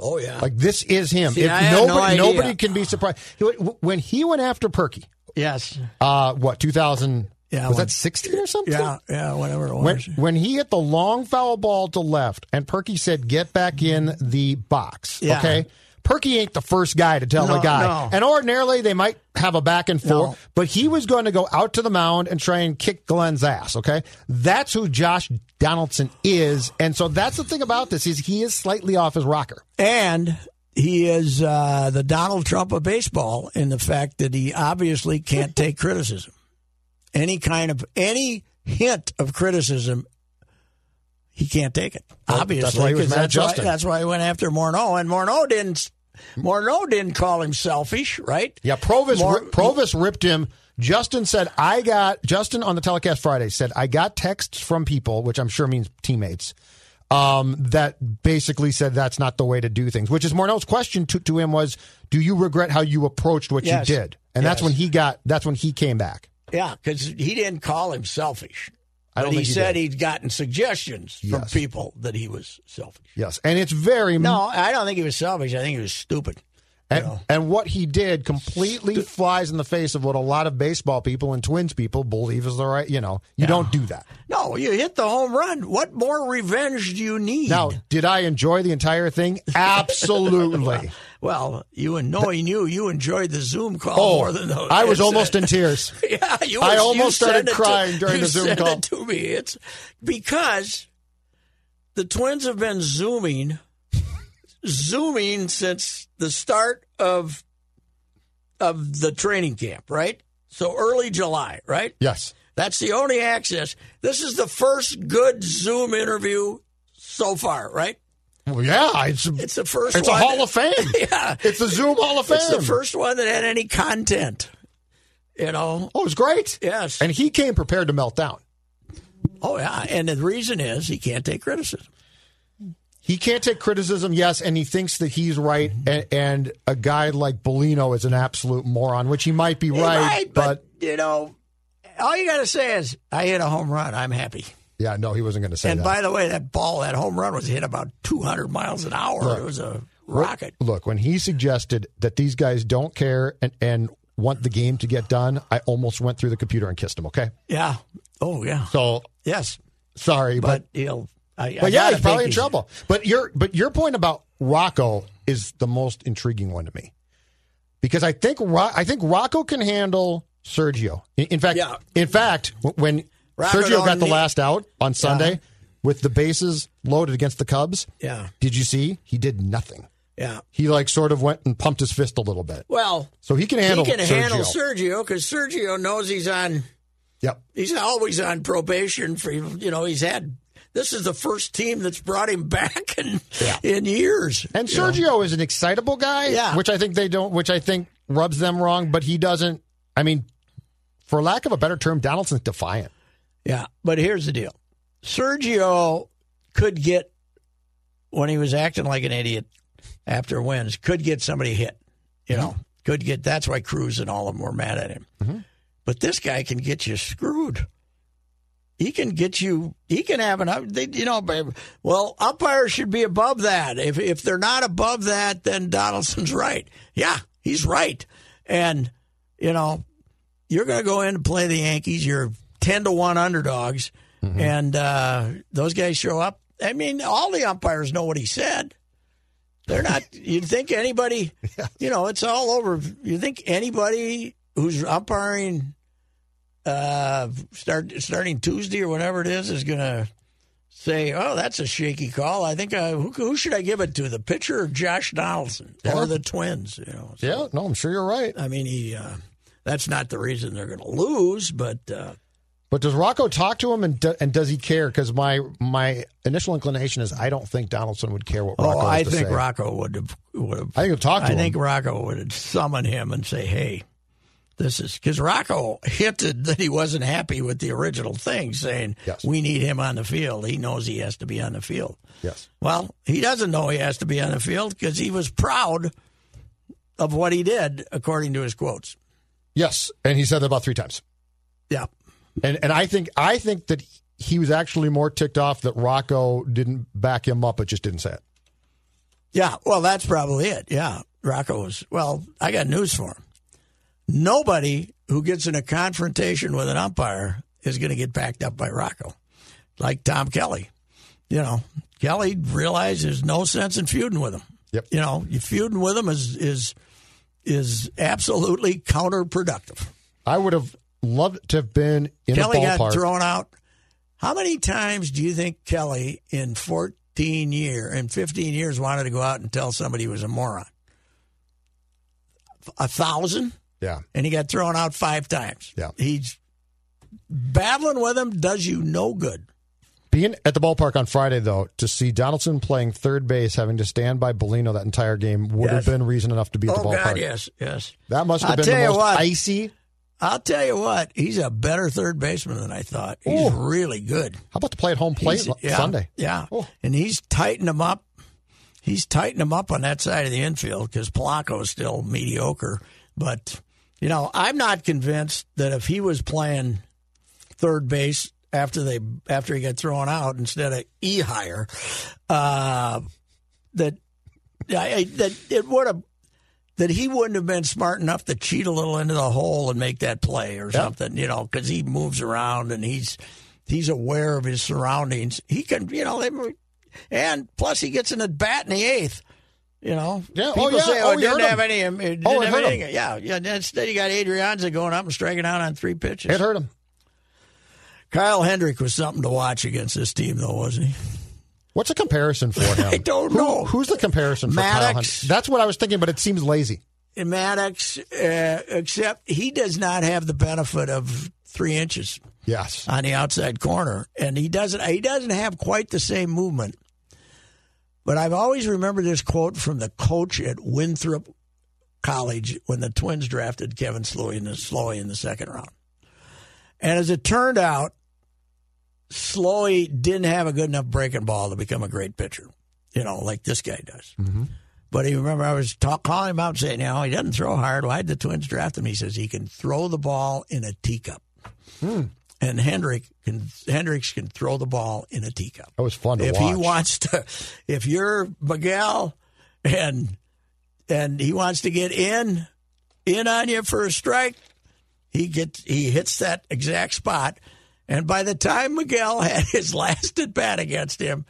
Speaker 3: Oh yeah.
Speaker 5: Like this is him.
Speaker 3: See,
Speaker 5: If
Speaker 3: I had no
Speaker 5: nobody,
Speaker 3: idea.
Speaker 5: nobody can be surprised. He went- When he went after Perky,
Speaker 3: yes.
Speaker 5: uh, what two thousand?
Speaker 3: Yeah,
Speaker 5: was
Speaker 3: when-
Speaker 5: that sixteen or something?
Speaker 3: Yeah, yeah, whatever it was.
Speaker 5: When, when he hit the long foul ball to left, and Perky said, "Get back in the box."
Speaker 3: Yeah.
Speaker 5: Okay. Perky ain't the first guy to tell
Speaker 3: No,
Speaker 5: a guy,
Speaker 3: no.
Speaker 5: and ordinarily they might have a back and forth,
Speaker 3: No.
Speaker 5: but he was going to go out to the mound and try and kick Glenn's ass. Okay, that's who Josh Donaldson is, and so that's the thing about this is he is slightly off his rocker.
Speaker 3: And he is uh, the Donald Trump of baseball in the fact that he obviously can't take criticism. Any kind of any hint of criticism, he can't take it.
Speaker 5: Well,
Speaker 3: obviously,
Speaker 5: that's why he was
Speaker 3: 'cause
Speaker 5: mad at
Speaker 3: that's why-
Speaker 5: Justin.
Speaker 3: that's why he went after Morneau, and Morneau didn't. Morneau didn't call him selfish, right?
Speaker 5: Yeah, Provis
Speaker 3: More-
Speaker 5: ri- Provis ripped him. Justin said, "I got Justin on the telecast Friday said I got texts from people, which I'm sure means teammates, um, that basically said that's not the way to do things." Which is Morneau's question to, to him was, "Do you regret how you approached what
Speaker 3: Yes.
Speaker 5: you did?" And that's
Speaker 3: Yes.
Speaker 5: when he got. That's when he came back.
Speaker 3: Yeah, because he didn't call him selfish.
Speaker 5: I don't
Speaker 3: but he,
Speaker 5: think he
Speaker 3: said
Speaker 5: did.
Speaker 3: he'd gotten suggestions from
Speaker 5: Yes.
Speaker 3: people that he was selfish.
Speaker 5: Yes, and it's very
Speaker 3: No, I don't think he was selfish. I think he was stupid.
Speaker 5: And, and what he did completely flies in the face of what a lot of baseball people and Twins people believe is the right. You know, you don't do that.
Speaker 3: No, you hit the home run. What more revenge do you need?
Speaker 5: Now, did I enjoy the entire thing? Absolutely.
Speaker 3: well, you and knowing you, you enjoyed the Zoom call
Speaker 5: Oh,
Speaker 3: more than those.
Speaker 5: I was almost in tears.
Speaker 3: yeah, you.
Speaker 5: I
Speaker 3: was- you
Speaker 5: almost
Speaker 3: sent
Speaker 5: started
Speaker 3: it to-
Speaker 5: crying during
Speaker 3: you
Speaker 5: the Zoom
Speaker 3: sent
Speaker 5: call.
Speaker 3: It to me, it's because the twins have been zooming, zooming since the start of of the training camp, right? So early July, right?
Speaker 5: Yes.
Speaker 3: That's the only access. This is the first good Zoom interview so far, right?
Speaker 5: Well, yeah, it's
Speaker 3: It's the first.
Speaker 5: it's a
Speaker 3: one
Speaker 5: Hall of Fame.
Speaker 3: yeah,
Speaker 5: It's the Zoom Hall of Fame.
Speaker 3: it's the first one that had any content. You know.
Speaker 5: Oh, it was great.
Speaker 3: Yes.
Speaker 5: And he came prepared to melt down.
Speaker 3: oh yeah, and the reason is he can't take criticism.
Speaker 5: He can't take criticism, yes, and he thinks that he's right,
Speaker 3: Mm-hmm.
Speaker 5: and, and a guy like Bolino is an absolute moron, which he might be
Speaker 3: He
Speaker 5: right,
Speaker 3: might,
Speaker 5: but,
Speaker 3: but, you know, all you got to say is I hit a home run. I'm happy.
Speaker 5: yeah, no, he wasn't going to say
Speaker 3: and
Speaker 5: that.
Speaker 3: by the way, that ball, that home run was hit about 200 miles an hour.
Speaker 5: Right.
Speaker 3: It was a
Speaker 5: What-
Speaker 3: rocket.
Speaker 5: Look, when he suggested that these guys don't care and, and want the game to get done, I almost went through the computer and kissed him. Okay,
Speaker 3: Yeah. Oh yeah.
Speaker 5: so
Speaker 3: Yes.
Speaker 5: sorry,
Speaker 3: But, he'll. I, I
Speaker 5: But yeah,
Speaker 3: gotta
Speaker 5: he's probably in
Speaker 3: think
Speaker 5: trouble. But your but your point about Rocco is the most intriguing one to me because I think Ro- I think Rocco can handle Sergio. In, in fact,
Speaker 3: Yeah.
Speaker 5: in fact, w- when
Speaker 3: Rocco
Speaker 5: Sergio got
Speaker 3: don't
Speaker 5: the
Speaker 3: need-
Speaker 5: last out on Sunday with the bases loaded against the Cubs,
Speaker 3: Yeah.
Speaker 5: did you see he did nothing?
Speaker 3: Yeah.
Speaker 5: He like sort of went and pumped his fist a little bit,
Speaker 3: Well,
Speaker 5: so he can handle.
Speaker 3: he can
Speaker 5: Sergio.
Speaker 3: handle Sergio because Sergio knows he's on.
Speaker 5: Yep.
Speaker 3: He's always on probation for you know he's had. This is the first team that's brought him back in in years.
Speaker 5: And
Speaker 3: you know.
Speaker 5: Sergio is an excitable guy,
Speaker 3: Yeah.
Speaker 5: which I think they don't, which I think rubs them wrong. But he doesn't. I mean, for lack of a better term, Donaldson's defiant.
Speaker 3: Yeah, but here's the deal: Sergio could get when he was acting like an idiot after wins, could get somebody hit. You know, could get. That's why Cruz and all of them were mad at him. But this guy can get you screwed. He can get you. He can have an. up- They, you know, babe, well, umpires should be above that. If if they're not above that, then Donaldson's right. Yeah, he's right. And you know, you're going to go in and play the Yankees. You're ten to one underdogs, and uh, those guys show up. I mean, all the umpires know what he said. They're not. you'd think anybody, you know, it's all over. You think anybody who's umpiring uh, start starting Tuesday or whatever it is is going to say, "Oh, that's a shaky call." I think uh, who, who should I give it to? The pitcher or Josh Donaldson or the Twins? You know. So,
Speaker 5: Yeah, no, I'm sure you're right.
Speaker 3: I mean, he. Uh, that's not the reason they're going to lose, but uh,
Speaker 5: But does Rocco talk to him, and do, and does he care? Because my my initial inclination is I don't think Donaldson would care what Rocco
Speaker 3: oh,
Speaker 5: has
Speaker 3: I
Speaker 5: to
Speaker 3: think
Speaker 5: say.
Speaker 3: Rocco would have would have
Speaker 5: I think he'll talk to
Speaker 3: I
Speaker 5: him.
Speaker 3: think Rocco would summon him and say, "Hey, this is because Rocco hinted that he wasn't happy with the original thing, saying
Speaker 5: Yes.
Speaker 3: we need him on the field. He knows he has to be on the field.
Speaker 5: yes,
Speaker 3: Well, he doesn't know he has to be on the field because he was proud of what he did, according to his quotes.
Speaker 5: yes, and he said that about three times.
Speaker 3: Yeah,
Speaker 5: And and I think I think that he was actually more ticked off that Rocco didn't back him up, but just didn't say it.
Speaker 3: yeah. Well, that's probably it. Yeah, Rocco was. Well, I got news for him. Nobody who gets in a confrontation with an umpire is going to get backed up by Rocco, like Tom Kelly. You know, Kelly realized there's no sense in feuding with him.
Speaker 5: Yep.
Speaker 3: You know, you feuding with him is is is absolutely counterproductive.
Speaker 5: I would have loved to have been in
Speaker 3: Kelly
Speaker 5: a
Speaker 3: got
Speaker 5: ballpark.
Speaker 3: thrown out. How many times do you think Kelly in 14 year in 15 years wanted to go out and tell somebody he was a moron? A thousand,
Speaker 5: yeah,
Speaker 3: and he got thrown out five times.
Speaker 5: Yeah.
Speaker 3: he's battling with him does you no good.
Speaker 5: Being at the ballpark on Friday, though, to see Donaldson playing third base, having to stand by Bolino that entire game, would
Speaker 3: Yes.
Speaker 5: have been reason enough to be at the
Speaker 3: Oh
Speaker 5: ballpark.
Speaker 3: God, yes, yes.
Speaker 5: That must have
Speaker 3: I'll
Speaker 5: been
Speaker 3: tell
Speaker 5: the
Speaker 3: you
Speaker 5: most
Speaker 3: what.
Speaker 5: icy.
Speaker 3: I'll tell you what, he's a better third baseman than I thought. He's
Speaker 5: Ooh.
Speaker 3: really good.
Speaker 5: How about the play at home plate
Speaker 3: He's-
Speaker 5: lo-
Speaker 3: yeah,
Speaker 5: Sunday?
Speaker 3: Yeah.
Speaker 5: Oh.
Speaker 3: And he's tightened them up. He's tightened them up on that side of the infield because Polanco's still mediocre. But, you know, I'm not convinced that if he was playing third base after they after he got thrown out instead of E higher, uh, that I, I- that it would have that he wouldn't have been smart enough to cheat a little into the hole and make that play or something, you know, because he moves around and he's he's aware of his surroundings. He can, you know, they, and plus he gets an at bat in the eighth. You know,
Speaker 5: Yeah, oh,
Speaker 3: people
Speaker 5: yeah,
Speaker 3: say,
Speaker 5: oh,
Speaker 3: "Oh, it
Speaker 5: you
Speaker 3: didn't
Speaker 5: heard
Speaker 3: have
Speaker 5: him.
Speaker 3: any." It didn't
Speaker 5: Oh, I
Speaker 3: have
Speaker 5: heard
Speaker 3: anything. Yeah, yeah. and Instead, you got Adrianza going up and striking out on three pitches.
Speaker 5: It hurt him.
Speaker 3: Kyle Hendrick was something to watch against this team, though, wasn't he?
Speaker 5: What's a comparison for him?
Speaker 3: I don't
Speaker 5: Who-
Speaker 3: know.
Speaker 5: Who's the comparison for Kyle
Speaker 3: Maddox.
Speaker 5: Hunt? That's what I was thinking, but it seems lazy.
Speaker 3: And Maddox, uh, except he does not have the benefit of three inches
Speaker 5: Yes.
Speaker 3: on the outside corner, and he doesn't he doesn't have quite the same movement. But I've always remembered this quote from the coach at Winthrop College when the Twins drafted Kevin Slowey in the Slowey in the second round. And as it turned out, Slowey didn't have a good enough breaking ball to become a great pitcher, you know, like this guy does. But he remember I was talk, calling him out and saying, you know, he doesn't throw hard. Why did the Twins draft him? He says he can throw the ball in a teacup and Hendrick can Hendricks can throw the ball in a teacup.
Speaker 5: That was fun to
Speaker 3: If
Speaker 5: watch.
Speaker 3: he wants to, if you're Miguel and and he wants to get in in on you for a strike, he gets he hits that exact spot. And by the time Miguel had his last at bat against him,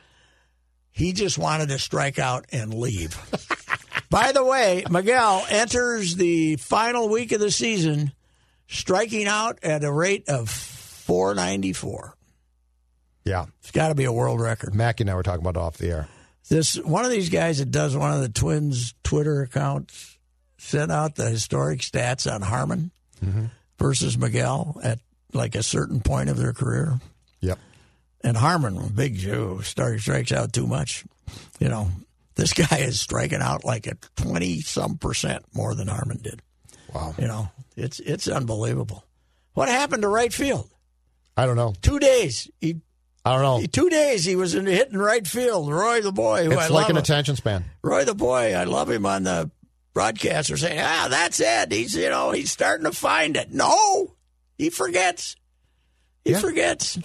Speaker 3: he just wanted to strike out and leave. by the way, Miguel enters the final week of the season striking out at a rate of 494.
Speaker 5: yeah.
Speaker 3: It's got to be a world record.
Speaker 5: Mackie and I were talking about it off the air.
Speaker 3: This one of these guys that does one of the Twins Twitter accounts sent out the historic stats on Harmon
Speaker 5: Mm-hmm.
Speaker 3: versus Miguel at like a certain point of their career.
Speaker 5: Yep.
Speaker 3: And Harmon, big Jew, start, strikes out too much. You know, this guy is striking out like at 20 some percent more than Harmon did.
Speaker 5: Wow.
Speaker 3: You know, it's it's unbelievable. What happened to right field?
Speaker 5: I don't know.
Speaker 3: Two days. He
Speaker 5: I don't know.
Speaker 3: He- Two days he was in hitting right field. Roy the boy, who I
Speaker 5: Oh. It's like
Speaker 3: love
Speaker 5: an
Speaker 3: him-
Speaker 5: attention span.
Speaker 3: Roy the boy, I love him on the broadcaster saying, "Ah, that's it. He's you know he's starting to find it." No, he forgets. He
Speaker 5: Yeah.
Speaker 3: forgets.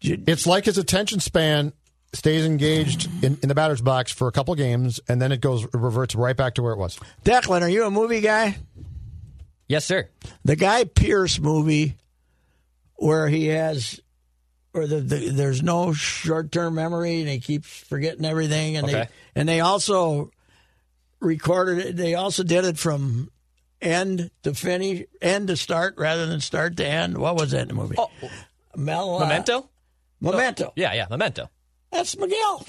Speaker 3: You-
Speaker 5: It's like his attention span stays engaged in, in the batter's box for a couple games, and then it goes it reverts right back to where it was.
Speaker 3: Declan, are you a movie guy?
Speaker 7: Yes, sir.
Speaker 3: The Guy Pierce movie, where he has. Or the, the, there's no short-term memory, and he keeps forgetting everything. And
Speaker 7: Okay.
Speaker 3: they and they also recorded it. They also did it from end to finish, end to start rather than start to end. What was that in the movie?
Speaker 7: Oh,
Speaker 3: Mel uh,
Speaker 7: Memento?
Speaker 3: Memento.
Speaker 7: Yeah, yeah, memento.
Speaker 3: That's Miguel.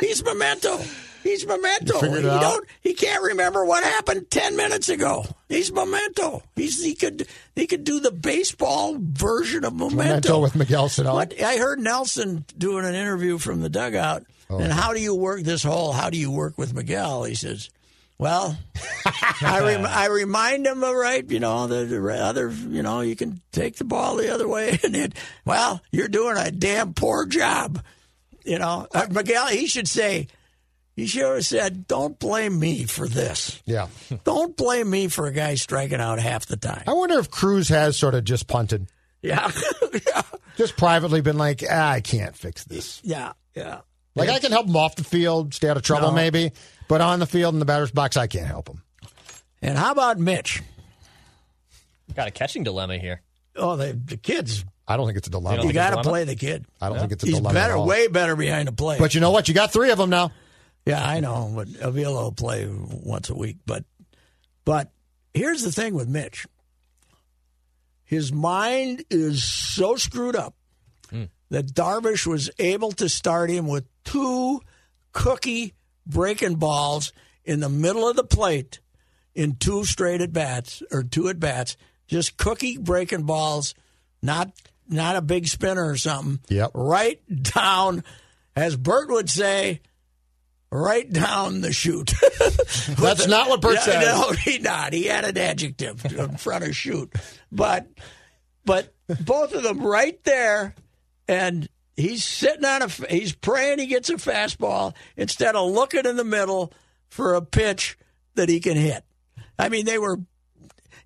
Speaker 3: He's memento. He's memento.
Speaker 5: figured it
Speaker 3: he
Speaker 5: out?
Speaker 3: He can't remember what happened ten minutes ago. He's memento. He's he could he could do the baseball version of memento,
Speaker 5: Memento with Miguel Sano.
Speaker 3: What I heard Nelson doing an interview from the dugout. And how do you work this whole? How do you work with Miguel? He says, "Well, I rem- I remind him of right, you know, the, the other, you know, you can take the ball the other way, and it. Well, you're doing a damn poor job." You know, Uh, Miguel, he should say, he should have said, don't blame me for this.
Speaker 5: Yeah.
Speaker 3: Don't blame me for a guy striking out half the time.
Speaker 5: I wonder if Cruz has sort of just punted,
Speaker 3: Yeah. yeah.
Speaker 5: just privately been like, ah, I can't fix this.
Speaker 3: Yeah. Yeah.
Speaker 5: Like, I can help him off the field, stay out of trouble maybe, but on the field in the batter's box, I can't help him.
Speaker 3: And how about Mitch?
Speaker 7: Got a catching dilemma here.
Speaker 3: Oh, the, the kids.
Speaker 5: I don't think it's a dilemma.
Speaker 7: don't
Speaker 3: You
Speaker 7: think
Speaker 3: got to
Speaker 7: dilemma?
Speaker 3: play the kid.
Speaker 5: I don't think it's a
Speaker 3: He's
Speaker 5: dilemma. at
Speaker 3: better,
Speaker 5: all.
Speaker 3: way better behind the plate.
Speaker 5: But you know what? You got three of them now.
Speaker 3: yeah, I know. But Avila will play once a week. But, but here's the thing with Mitch his mind is so screwed up that Darvish was able to start him with two cookie breaking balls in the middle of the plate in two straight at bats or two at bats, just cookie breaking balls, not not a big spinner or something.
Speaker 5: Yep.
Speaker 3: Right down, as Bert would say, right down the chute.
Speaker 5: That's not what Bert said.
Speaker 3: No, he not. He had an adjective in front of shoot, but but both of them right there, and he's sitting on a f- he's praying he gets a fastball instead of looking in the middle for a pitch that he can hit. I mean, they were,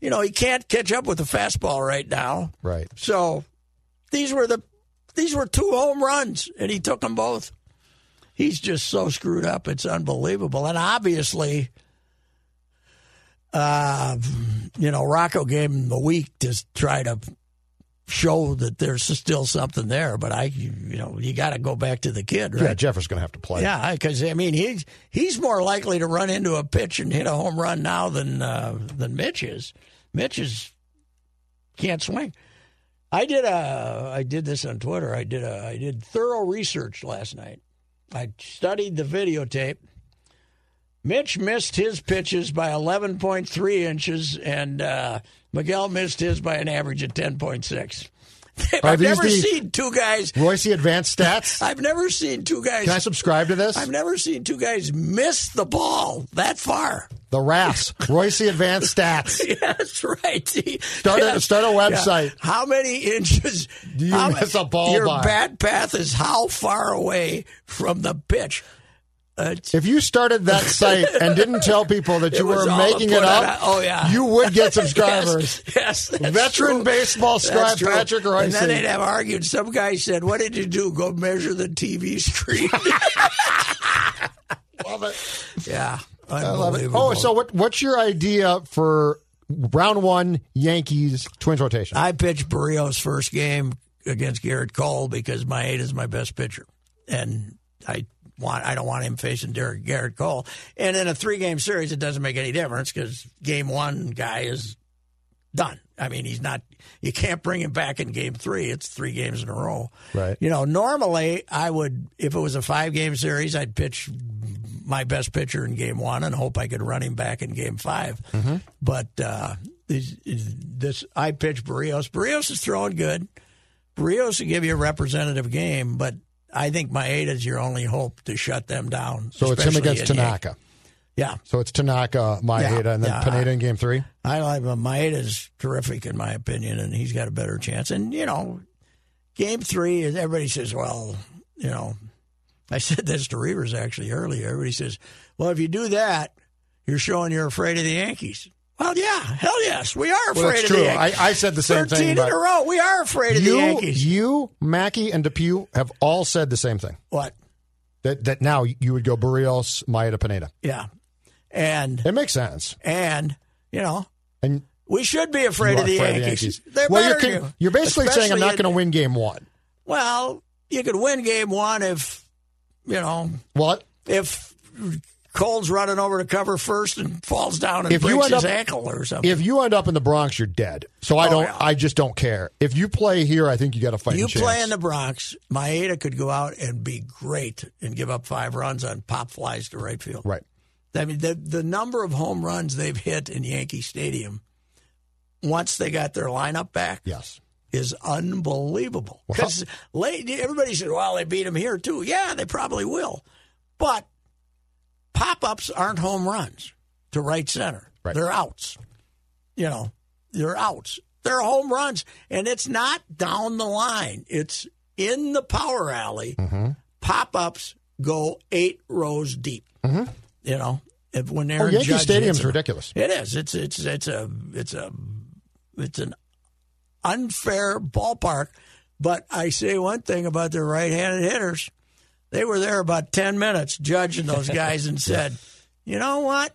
Speaker 3: you know, he can't catch up with the fastball right now.
Speaker 5: Right.
Speaker 3: So these were the these were two home runs, and he took them both. He's just so screwed up; it's unbelievable. And obviously, uh, you know, Rocco gave him the week to s- try to show that there's still something there. But I, you know, you got to go back to the kid,
Speaker 5: Yeah,
Speaker 3: right?
Speaker 5: Jeffers going to have to play.
Speaker 3: Yeah, because I mean, he's he's more likely to run into a pitch and hit a home run now than uh, than Mitch is. Mitch is can't swing. I did a I did this on Twitter. I did a I did thorough research last night. I studied the videotape. Mitch missed his pitches by 11.3 inches, and uh, Miguel missed his by an average of 10.6.
Speaker 5: Are
Speaker 3: I've
Speaker 5: these
Speaker 3: never
Speaker 5: the-
Speaker 3: seen two guys.
Speaker 5: Royce, the advanced stats.
Speaker 3: I've never seen two guys.
Speaker 5: Can I subscribe to this?
Speaker 3: I've never seen two guys miss the ball that far.
Speaker 5: the RAS, Royce, the advanced stats.
Speaker 3: That's right.
Speaker 5: Start a- start a website.
Speaker 3: How many inches?
Speaker 5: Do you
Speaker 3: how-
Speaker 5: miss a ball
Speaker 3: Your
Speaker 5: by?
Speaker 3: bat path is how far away from the pitch? Uh, it's-
Speaker 5: If you started that site and didn't tell people that
Speaker 3: It
Speaker 5: you were
Speaker 3: was all
Speaker 5: making
Speaker 3: put
Speaker 5: it
Speaker 3: on
Speaker 5: up,
Speaker 3: a- oh, yeah.
Speaker 5: you would
Speaker 3: yes,
Speaker 5: get subscribers.
Speaker 3: yes, that's
Speaker 5: Veteran
Speaker 3: true.
Speaker 5: baseball
Speaker 3: That's
Speaker 5: scribe
Speaker 3: true.
Speaker 5: Patrick Royce.
Speaker 3: And then they'd have argued. Some guy said, "What did you do? Go measure the TV screen."
Speaker 5: Love it.
Speaker 3: yeah,
Speaker 5: I love it.
Speaker 3: unbelievable.
Speaker 5: Oh, so what? What's your idea for round one Yankees Twins rotation?
Speaker 3: I pitched Barrios' first game against Garrett Cole because my eight is my best pitcher, and I want I don't want him facing Derek Garrett Cole. And in a three game series, it doesn't make any difference because game one guy is done. I mean, he's not. You can't bring him back in game three. It's three games in a row.
Speaker 5: Right.
Speaker 3: You know, normally I would, if it was a five game series, I'd pitch my best pitcher in game one and hope I could run him back in game 5
Speaker 5: Mm-hmm.
Speaker 3: But uh, is, is this, I pitched Barrios. Barrios is throwing good. Barrios will give you a representative game, but I think Maeda is your only hope to shut them down.
Speaker 5: so it's him
Speaker 3: especially
Speaker 5: against
Speaker 3: in Yan-
Speaker 5: Tanaka.
Speaker 3: Yeah.
Speaker 5: So it's Tanaka, Maeda,
Speaker 3: Yeah,
Speaker 5: and then
Speaker 3: yeah.
Speaker 5: Pineda in game three.
Speaker 3: I like but Maeda's terrific in my opinion, and he's got a better chance. And you know, game three is everybody says, well, you know, I said this to Reavers actually earlier. Everybody says, well, if you do that, you're showing you're afraid of the Yankees. Well, yeah, hell yes, we are afraid
Speaker 5: Well, that's
Speaker 3: of
Speaker 5: true.
Speaker 3: the Yankees.
Speaker 5: I, I said the same
Speaker 3: Thirteen
Speaker 5: thing.
Speaker 3: in
Speaker 5: but
Speaker 3: a row, we are afraid of
Speaker 5: you,
Speaker 3: the Yankees.
Speaker 5: you, Mackey, and Depew have all said the same thing.
Speaker 3: what?
Speaker 5: That that now you would go Barrios, Maeda, Pineda.
Speaker 3: Yeah, and
Speaker 5: It makes sense.
Speaker 3: and you know,
Speaker 5: And
Speaker 3: we should be afraid
Speaker 5: you
Speaker 3: of the
Speaker 5: are afraid of
Speaker 3: Yankees. They're
Speaker 5: Yankees. Well, you're,
Speaker 3: better
Speaker 5: con-
Speaker 3: than you.
Speaker 5: you're basically saying I'm
Speaker 3: Especially
Speaker 5: not
Speaker 3: in-
Speaker 5: going to win game one.
Speaker 3: Well, you could win game one if, you know,
Speaker 5: Well,
Speaker 3: if Cole's running over to cover first and falls down and
Speaker 5: If you
Speaker 3: breaks
Speaker 5: end
Speaker 3: his
Speaker 5: up-
Speaker 3: ankle or something.
Speaker 5: If you end up in the Bronx, you're dead. So I
Speaker 3: Oh,
Speaker 5: don't.
Speaker 3: yeah.
Speaker 5: I just don't care. If you play here, I think you got a fighting
Speaker 3: you
Speaker 5: chance.
Speaker 3: play in the Bronx, Maeda could go out and be great and give up five runs on pop flies to right field.
Speaker 5: right.
Speaker 3: I mean, the, the number of home runs they've hit in Yankee Stadium once they got their lineup back
Speaker 5: Yes.
Speaker 3: is unbelievable. Because everybody said, well, they beat them here, too. Yeah, they probably will. But pop ups aren't home runs to right center,
Speaker 5: Right.
Speaker 3: they're outs. You know, they're outs. They're home runs. And it's not down the line, it's in the power alley.
Speaker 5: Mm-hmm.
Speaker 3: Pop ups go eight rows deep. You know, if, when they're
Speaker 5: Mm-hmm. Oh, Yankee
Speaker 3: Judge
Speaker 5: Stadium's
Speaker 3: hits 'em.
Speaker 5: ridiculous.
Speaker 3: It is. It's it's it's a it's a it's an unfair ballpark. But I say one thing about their right-handed hitters. They were there about ten minutes judging those guys and said, "You know what?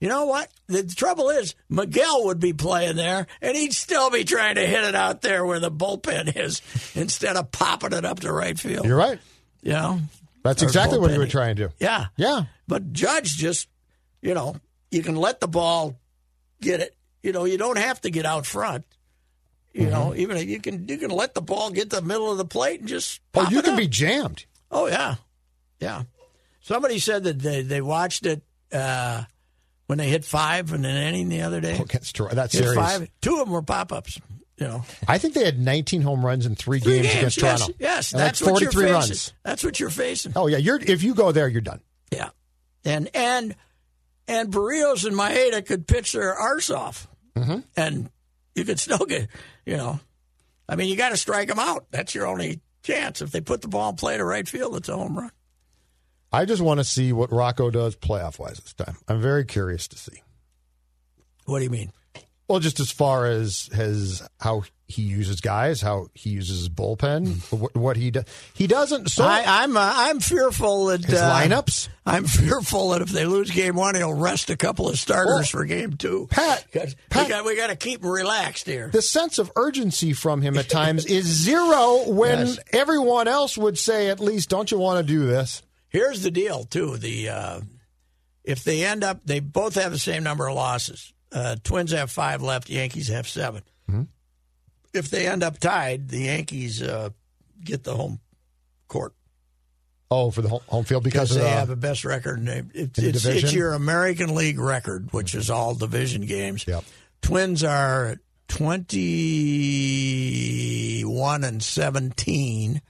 Speaker 3: You know what? The trouble is Miguel would be playing there, and he'd still be trying to hit it out there where the bullpen is, instead of popping it up to right field.
Speaker 5: You're right.
Speaker 3: You know?
Speaker 5: That's
Speaker 3: Or
Speaker 5: exactly what he
Speaker 3: bullpen.
Speaker 5: would try and do.
Speaker 3: Yeah.
Speaker 5: Yeah. Oh,
Speaker 3: But Judge just, you know, you can let the ball get it. You know, you don't have to get out front.
Speaker 5: Mm-hmm.
Speaker 3: You know, even if you can, you can let the ball get to the middle of the plate and just.
Speaker 5: Oh,
Speaker 3: pop
Speaker 5: you
Speaker 3: it
Speaker 5: can
Speaker 3: up.
Speaker 5: be jammed.
Speaker 3: Oh yeah, yeah. Somebody said that they they watched it uh, when they hit five in an inning the other day.
Speaker 5: Oh, against Toronto. That's
Speaker 3: Hit
Speaker 5: serious.
Speaker 3: five. Two of them were pop ups. You know,
Speaker 5: I think they had 19 home runs in three,
Speaker 3: Three
Speaker 5: games, against
Speaker 3: yes,
Speaker 5: Toronto.
Speaker 3: Yes,
Speaker 5: And
Speaker 3: that's
Speaker 5: like
Speaker 3: what you're
Speaker 5: 43
Speaker 3: facing.
Speaker 5: runs.
Speaker 3: That's what you're facing.
Speaker 5: Oh yeah, you're if you go there, you're done.
Speaker 3: Yeah, and and and Barrios and Maeda could pitch their arse off,
Speaker 5: Mm-hmm.
Speaker 3: and you could still get, you know, I mean, you got to strike them out. That's your only chance. If they put the ball in play to right field, it's a home run.
Speaker 5: I just want to see what Rocco does playoff wise this time. I'm very curious to see.
Speaker 3: What do you mean?
Speaker 5: Well, just as far as his how he uses guys, how he uses his bullpen, what, what he does. He doesn't. So
Speaker 3: Hmm. I, I'm uh, I'm fearful that
Speaker 5: his
Speaker 3: uh,
Speaker 5: lineups.
Speaker 3: I'm fearful that if they lose game one, he'll rest a couple of starters for game two.
Speaker 5: Pat,
Speaker 3: 'Cause
Speaker 5: Pat.
Speaker 3: we got we got to keep him relaxed here.
Speaker 5: The sense of urgency from him at times is zero when
Speaker 3: Yes.
Speaker 5: everyone else would say, at least, don't you want to do this?
Speaker 3: Here's the deal, too. The uh, if they end up, they both have the same number of losses. Uh, Twins have five left. Yankees have 7
Speaker 5: Mm-hmm.
Speaker 3: If they end up tied, the Yankees uh, get the home court
Speaker 5: Oh, for the home, home field because
Speaker 3: because
Speaker 5: of
Speaker 3: they
Speaker 5: the,
Speaker 3: have the best record. And they, it's,
Speaker 5: in the
Speaker 3: it's,
Speaker 5: division?
Speaker 3: it's your American League record, which is all division games.
Speaker 5: Yep.
Speaker 3: Twins are 21 and 17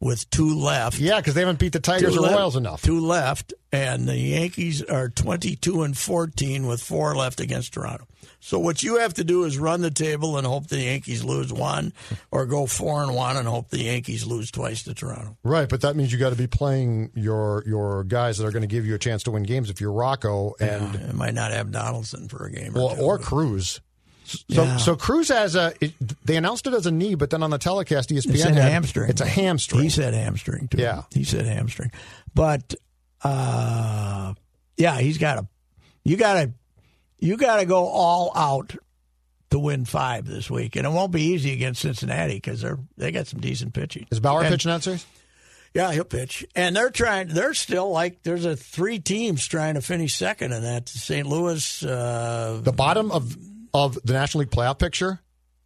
Speaker 3: with two left.
Speaker 5: yeah, because they haven't beat the Tigers or
Speaker 3: left-
Speaker 5: Royals enough.
Speaker 3: Two left, and the Yankees are twenty-two and fourteen with four left against Toronto. So what you have to do is run the table and hope the Yankees lose one, or go four and one and hope the Yankees lose twice to Toronto.
Speaker 5: Right, but that means you got to be playing your your guys that are going to give you a chance to win games if you're Rocco and
Speaker 3: It might not have Donaldson for a game,
Speaker 5: well,
Speaker 3: two.
Speaker 5: or Cruz. So
Speaker 3: Yeah.
Speaker 5: so Cruz has a it, they announced it as a knee, but then on the telecast E ESPN
Speaker 3: It's a
Speaker 5: had-
Speaker 3: hamstring.
Speaker 5: It's a hamstring.
Speaker 3: He said hamstring too.
Speaker 5: Yeah.
Speaker 3: he said hamstring. But uh, yeah, he's got to. You got to. You got to go all out to win five this week, and it won't be easy against Cincinnati because they're they got some decent pitching.
Speaker 5: Is Bauer
Speaker 3: And-
Speaker 5: pitching that series?
Speaker 3: Yeah, he'll pitch, and they're trying. They're still like there's a three teams trying to finish second in that. St. Louis. Uh,
Speaker 5: The bottom of of the National League playoff picture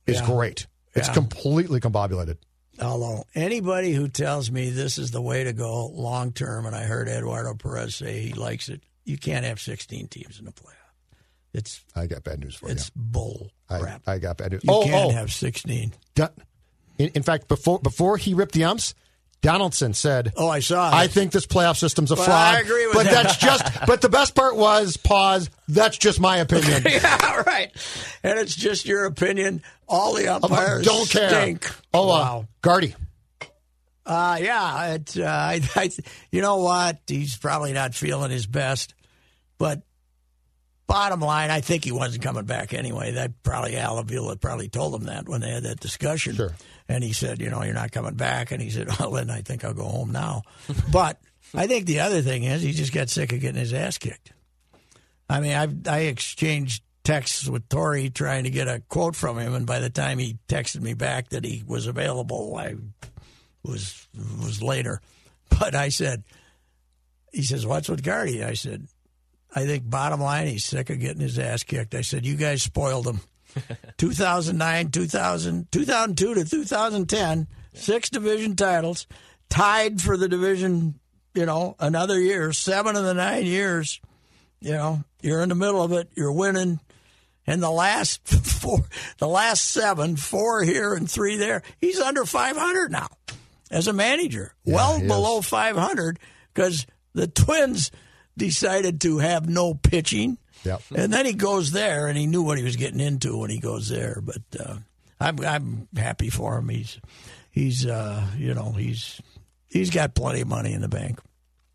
Speaker 5: is
Speaker 3: Yeah.
Speaker 5: great. It's
Speaker 3: Yeah.
Speaker 5: completely combobulated.
Speaker 3: Although anybody who tells me this is the way to go long term, and I heard Eduardo Perez say he likes it, you can't have 16 teams in the playoff. It's
Speaker 5: I got bad news for
Speaker 3: it's bull
Speaker 5: you. I,
Speaker 3: crap.
Speaker 5: I got bad news.
Speaker 3: you
Speaker 5: oh,
Speaker 3: can't
Speaker 5: oh,
Speaker 3: have 16.
Speaker 5: Don- in, in fact, before before he ripped the umps, Donaldson said,
Speaker 3: Oh, I saw.
Speaker 5: I
Speaker 3: that.
Speaker 5: think this playoff system's a
Speaker 3: Well,
Speaker 5: fraud.
Speaker 3: I agree with
Speaker 5: but
Speaker 3: that.
Speaker 5: that's just. But the best part was pause. That's just my opinion.
Speaker 3: yeah, right. And it's just your opinion. All the
Speaker 5: I
Speaker 3: umpires
Speaker 5: don't care.
Speaker 3: Stink.
Speaker 5: Oh, uh,
Speaker 3: wow.
Speaker 5: Guardy.
Speaker 3: Uh, yeah, it, uh, I, I, you know what? He's probably not feeling his best, but bottom line, I think he wasn't coming back anyway. That probably Alavila probably told him that when they had that discussion.
Speaker 5: Sure.
Speaker 3: And he said, you know, you're not coming back. And he said, well, then I think I'll go home now. but I think the other thing is he just got sick of getting his ass kicked. I mean, I've, I exchanged texts with Tori trying to get a quote from him, and by the time he texted me back that he was available, I was was later. But I said, he says, "What's with Guardy?" I said, I think bottom line, he's sick of getting his ass kicked. I said, you guys spoiled him. 2009, 2000, 2002 to 2010, six division titles, tied for the division, you know, another year, seven of the nine years. You know, you're in the middle of it, you're winning. And the last four, the last seven, four here and three there, he's under 500 now as a manager, well below 500 because the Twins decided to have no pitching.
Speaker 5: Yep.
Speaker 3: And then he goes there, and he knew what he was getting into when he goes there. But uh, I'm I'm happy for him. He's he's uh, you know he's he's got plenty of money in the bank.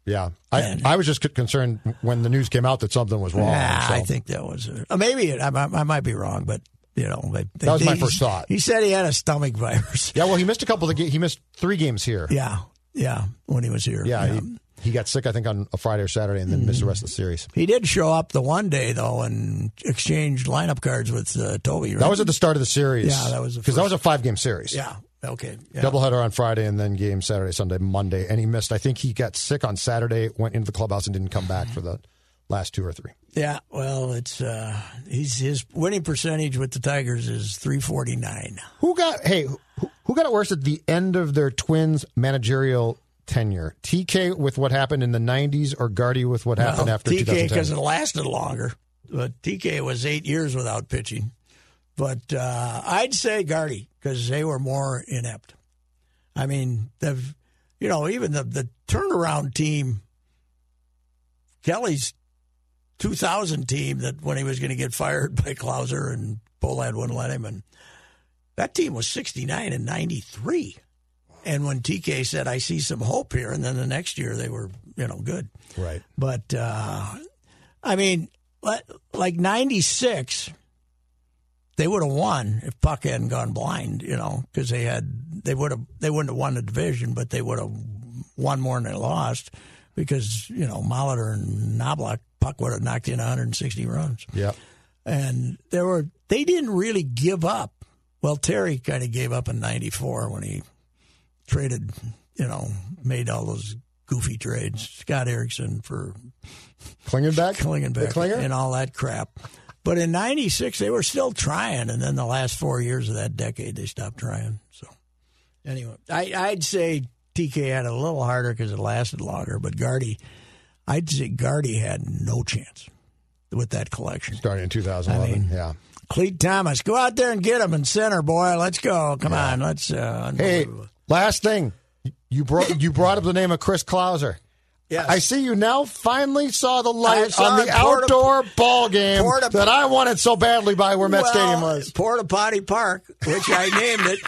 Speaker 5: Yeah, I, I was just c- concerned when the news came out that something was wrong.
Speaker 3: Ah,
Speaker 5: so.
Speaker 3: I think that was a, uh, maybe it, I, I, I might be wrong, but you know they,
Speaker 5: That was my
Speaker 3: he-
Speaker 5: first thought.
Speaker 3: He said he had a stomach virus.
Speaker 5: Yeah, well, he missed a couple of the ga- he missed three games here.
Speaker 3: yeah, yeah. When he was here,
Speaker 5: Yeah, He, he got sick, I think, on a Friday or Saturday, and then missed the rest of the series.
Speaker 3: He did show up the one day though and exchanged lineup cards with uh, Toby. Right?
Speaker 5: That was at the start of the series.
Speaker 3: Yeah, that was the
Speaker 5: because that
Speaker 3: first-
Speaker 5: was a five game series.
Speaker 3: yeah. Okay. Yeah.
Speaker 5: Doubleheader on Friday and then game Saturday, Sunday, Monday, and he missed. I think he got sick on Saturday, went into the clubhouse, and didn't come back for the last two or three.
Speaker 3: Yeah. Well, it's uh, he's his winning percentage with the Tigers is three forty nine.
Speaker 5: Who got hey? Who, who got it worse at the end of their Twins managerial tenure? TK with what happened in the '90s, or Guardy with what happened after
Speaker 3: TK
Speaker 5: 2010?
Speaker 3: because it lasted longer. But TK was eight years without pitching. But uh, I'd say Gardy because they were more inept. I mean, they've, you know, even the the turnaround team, Kelly's 2000 team that when he was going to get fired by Clouser and Bolad wouldn't let him, and that team was 69 and 93. And when TK said, "I see some hope here," and then the next year they were, you know, good.
Speaker 5: Right.
Speaker 3: But uh, I mean, li- like '96, they would have won if Puck hadn't gone blind, you know, because they had they would have they wouldn't have won the division, but they would have won more than they lost because you know Molitor and Knobloch Puck would have knocked in 160 runs,
Speaker 5: Yeah.
Speaker 3: and there were they didn't really give up. Well, Terry kind of gave up in '94 when he traded, you know, made all those goofy trades. Scott Erickson for
Speaker 5: Klingenbeck.
Speaker 3: Klingenbeck
Speaker 5: The Klinger?
Speaker 3: and all that crap. But in '96, they were still trying, and then the last four years of that decade, they stopped trying. So, anyway, I, I'd say TK had it a little harder because it lasted longer. But Gardy, I'd say Gardy had no chance with that collection.
Speaker 5: Starting in 2011.
Speaker 3: I mean,
Speaker 5: yeah.
Speaker 3: Cleet Thomas, go out there and get him and center, boy. Let's go. Come on, let's. Uh,
Speaker 5: Hey,
Speaker 3: unbelievable.
Speaker 5: last thing. You brought you brought up the name of Chris Klauser.
Speaker 3: Yes.
Speaker 5: I see you now finally saw the
Speaker 3: I
Speaker 5: light
Speaker 3: saw
Speaker 5: on the
Speaker 3: it, Porta-
Speaker 5: outdoor ball game
Speaker 3: Porta-
Speaker 5: that I wanted so badly by where Met
Speaker 3: well,
Speaker 5: Stadium was.
Speaker 3: Porta Potty Park, which I named it.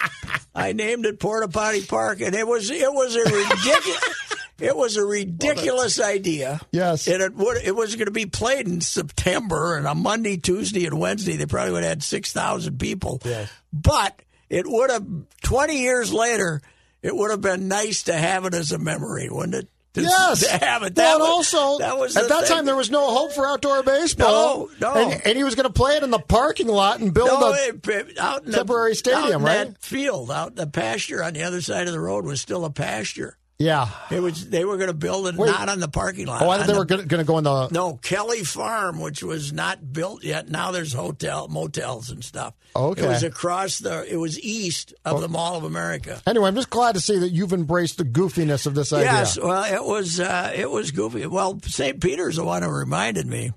Speaker 3: I named it Porta Potty Park, and it was it was a ridiculous it was a ridiculous idea.
Speaker 5: Yes.
Speaker 3: and it would it was going to be played in September, and on Monday, Tuesday, and Wednesday they probably would have had six thousand people. Yes, but it would have twenty years later. It would have been nice to have it as a memory, wouldn't it? To,
Speaker 5: Yes.
Speaker 3: to have it.
Speaker 5: Well,
Speaker 3: That
Speaker 5: and
Speaker 3: was-
Speaker 5: also,
Speaker 3: that was
Speaker 5: at
Speaker 3: the
Speaker 5: that
Speaker 3: thing.
Speaker 5: time, there was no hope for outdoor baseball.
Speaker 3: No, no.
Speaker 5: And, and he was going to play it in the parking lot and build
Speaker 3: no,
Speaker 5: a.
Speaker 3: it- it- out in
Speaker 5: temporary
Speaker 3: the, out
Speaker 5: stadium,
Speaker 3: in
Speaker 5: right?
Speaker 3: That field, out in the pasture on the other side of the road was still a pasture.
Speaker 5: Yeah.
Speaker 3: It was they were going to build it
Speaker 5: Wait.
Speaker 3: not on the parking lot.
Speaker 5: Oh, I
Speaker 3: on
Speaker 5: thought they
Speaker 3: the-
Speaker 5: were going to go in the.
Speaker 3: no Kelly Farm, which was not built yet. Now there's hotel motels and stuff.
Speaker 5: Okay. Oh.
Speaker 3: it was across the. It was east of the Mall of America.
Speaker 5: Anyway, I'm just glad to see that you've embraced the goofiness of this idea.
Speaker 3: Yes, well, it was uh, it was goofy. Well, St. Peter's the one who reminded me,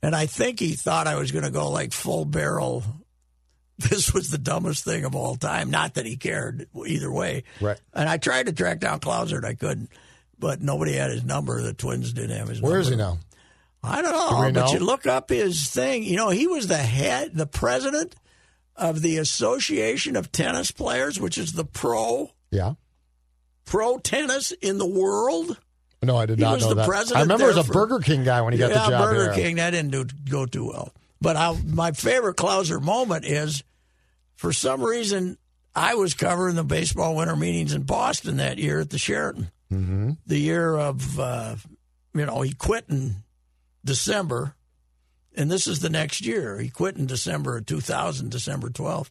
Speaker 3: and I think he thought I was going to go like full barrel. This was the dumbest thing of all time. Not that he cared either way.
Speaker 5: Right.
Speaker 3: And I tried to track down Clouser and I couldn't, but nobody had his number. The Twins didn't have his number.
Speaker 5: Where is he now?
Speaker 3: I don't
Speaker 5: Do
Speaker 3: know,
Speaker 5: we
Speaker 3: but
Speaker 5: know?
Speaker 3: you look up his thing. You know, he was the head, the president of the Association of Tennis Players, which is the pro
Speaker 5: Yeah.
Speaker 3: pro tennis in the world.
Speaker 5: No, I did
Speaker 3: He
Speaker 5: not
Speaker 3: was
Speaker 5: know
Speaker 3: the
Speaker 5: that.
Speaker 3: president
Speaker 5: I remember
Speaker 3: there
Speaker 5: as a
Speaker 3: for-
Speaker 5: Burger King guy when he got
Speaker 3: yeah,
Speaker 5: the job
Speaker 3: Burger
Speaker 5: here.
Speaker 3: King. That didn't do, go too well. But I, my favorite Clouser moment is, for some reason, I was covering the baseball winter meetings in Boston that year at the Sheraton. Mm-hmm. The year of, uh, you know, he quit in December, and this is the next year. He quit in December of 2000, December 12th.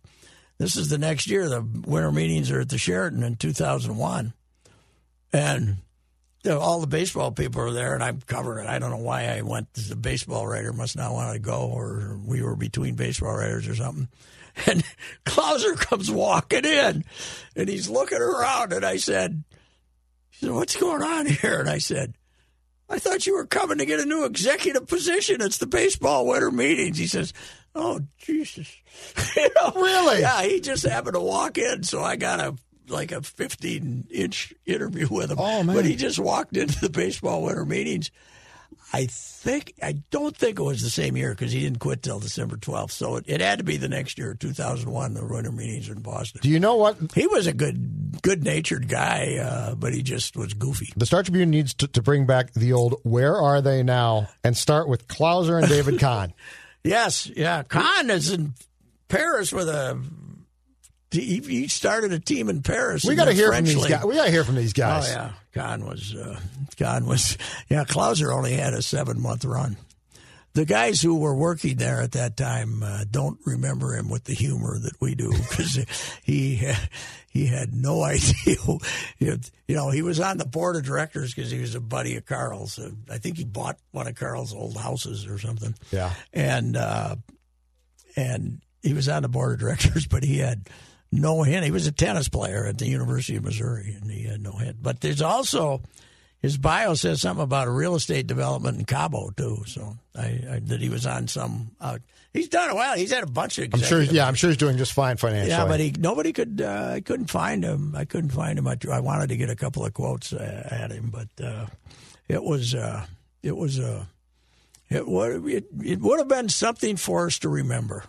Speaker 3: This is the next year. The winter meetings are at the Sheraton in 2001. And the, all the baseball people are there, and I'm covering it. I don't know why I went. The baseball writer must not want to go, or we were between baseball writers or something. And Clouser comes walking in, and he's looking around, and I said, "He said, what's going on here?" And I said, I thought you were coming to get a new executive position. It's the baseball winter meetings. He says, Oh, Jesus. you know,
Speaker 5: Really?
Speaker 3: Yeah, he just happened to walk in, so I got a like a 15 inch interview with him.
Speaker 5: Oh, man.
Speaker 3: But he just walked into the baseball winter meetings. I think, I don't think it was the same year because he didn't quit till December 12th. So it, it had to be the next year, 2001, the winter meetings in Boston.
Speaker 5: Do you know what
Speaker 3: He was a good, good natured guy, uh, but he just was goofy.
Speaker 5: the Star Tribune needs to, to bring back the old "Where are they now?" and start with Clouser and David Kahn.
Speaker 3: Yes, yeah. Khan is in Paris with a. He, he started a team in Paris.
Speaker 5: we
Speaker 3: in
Speaker 5: got to
Speaker 3: the
Speaker 5: hear
Speaker 3: French
Speaker 5: from these
Speaker 3: league.
Speaker 5: guys. We got to hear from these
Speaker 3: Oh
Speaker 5: guys.
Speaker 3: yeah, Khan was. Uh, Khan was. Yeah, Klauser only had a seven month run. The guys who were working there at that time uh, don't remember him with the humor that we do because he he had no idea. You know, he was on the board of directors because he was a buddy of Carl's. Uh, I think he bought one of Carl's old houses or something
Speaker 5: Yeah.
Speaker 3: and uh, and he was on the board of directors, but he had no hint. He was a tennis player at the University of Missouri, and he had no hint. But there's also his bio says something about a real estate development in Cabo too. So I, I that he was on some. Uh, he's done well. He's had a bunch of.
Speaker 5: I'm sure.
Speaker 3: executive-
Speaker 5: Yeah, I'm sure he's doing just fine financially.
Speaker 3: yeah, but he nobody could. Uh, I couldn't find him. I couldn't find him. I, I wanted to get a couple of quotes uh, at him, but uh, it was uh, it was uh, it would it, it would have been something for us to remember.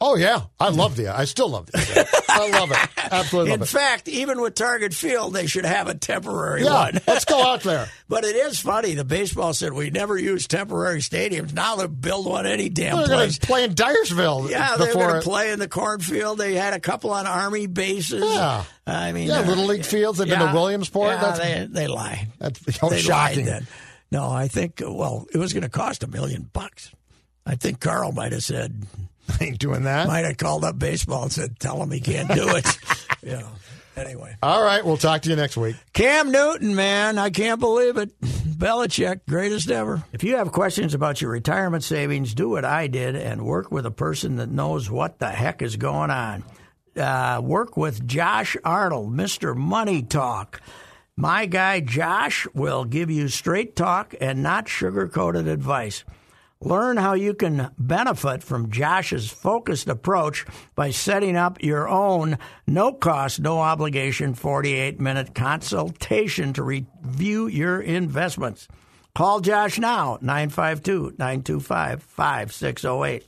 Speaker 5: oh yeah, I love the. I still love the. I love it. Absolutely
Speaker 3: In
Speaker 5: love it.
Speaker 3: fact, even with Target Field, they should have a temporary
Speaker 5: Yeah,
Speaker 3: one.
Speaker 5: let's go out there.
Speaker 3: But it is funny. The baseball said we never use temporary stadiums. Now they build one any damn
Speaker 5: They're going
Speaker 3: place.
Speaker 5: to play in Dyersville.
Speaker 3: Yeah, they were
Speaker 5: before
Speaker 3: going to play in the cornfield. They had a couple on army bases.
Speaker 5: Yeah.
Speaker 3: I mean,
Speaker 5: Yeah,
Speaker 3: uh,
Speaker 5: Little League fields. They've been to Williamsport.
Speaker 3: Yeah,
Speaker 5: That's-
Speaker 3: they, they lie.
Speaker 5: That's oh,
Speaker 3: they
Speaker 5: shocking.
Speaker 3: Lied then. No, I think. uh, Well, it was going to cost a million bucks. I think Carl might have said,
Speaker 5: I ain't doing that.
Speaker 3: might have called up baseball and said, "Tell him he can't do it." you know. Anyway,
Speaker 5: All right, we'll talk to you next week.
Speaker 3: Cam Newton, man, I can't believe it. Belichick, greatest ever. If you have questions about your retirement savings, do what I did and work with a person that knows what the heck is going on. Uh, work with Josh Arnold, Mr. Money Talk. My guy Josh will give you straight talk and not sugar coated advice. Learn how you can benefit from Josh's focused approach by setting up your own no cost, no obligation 48 minute consultation to review your investments. Call Josh now, 952 925 5608.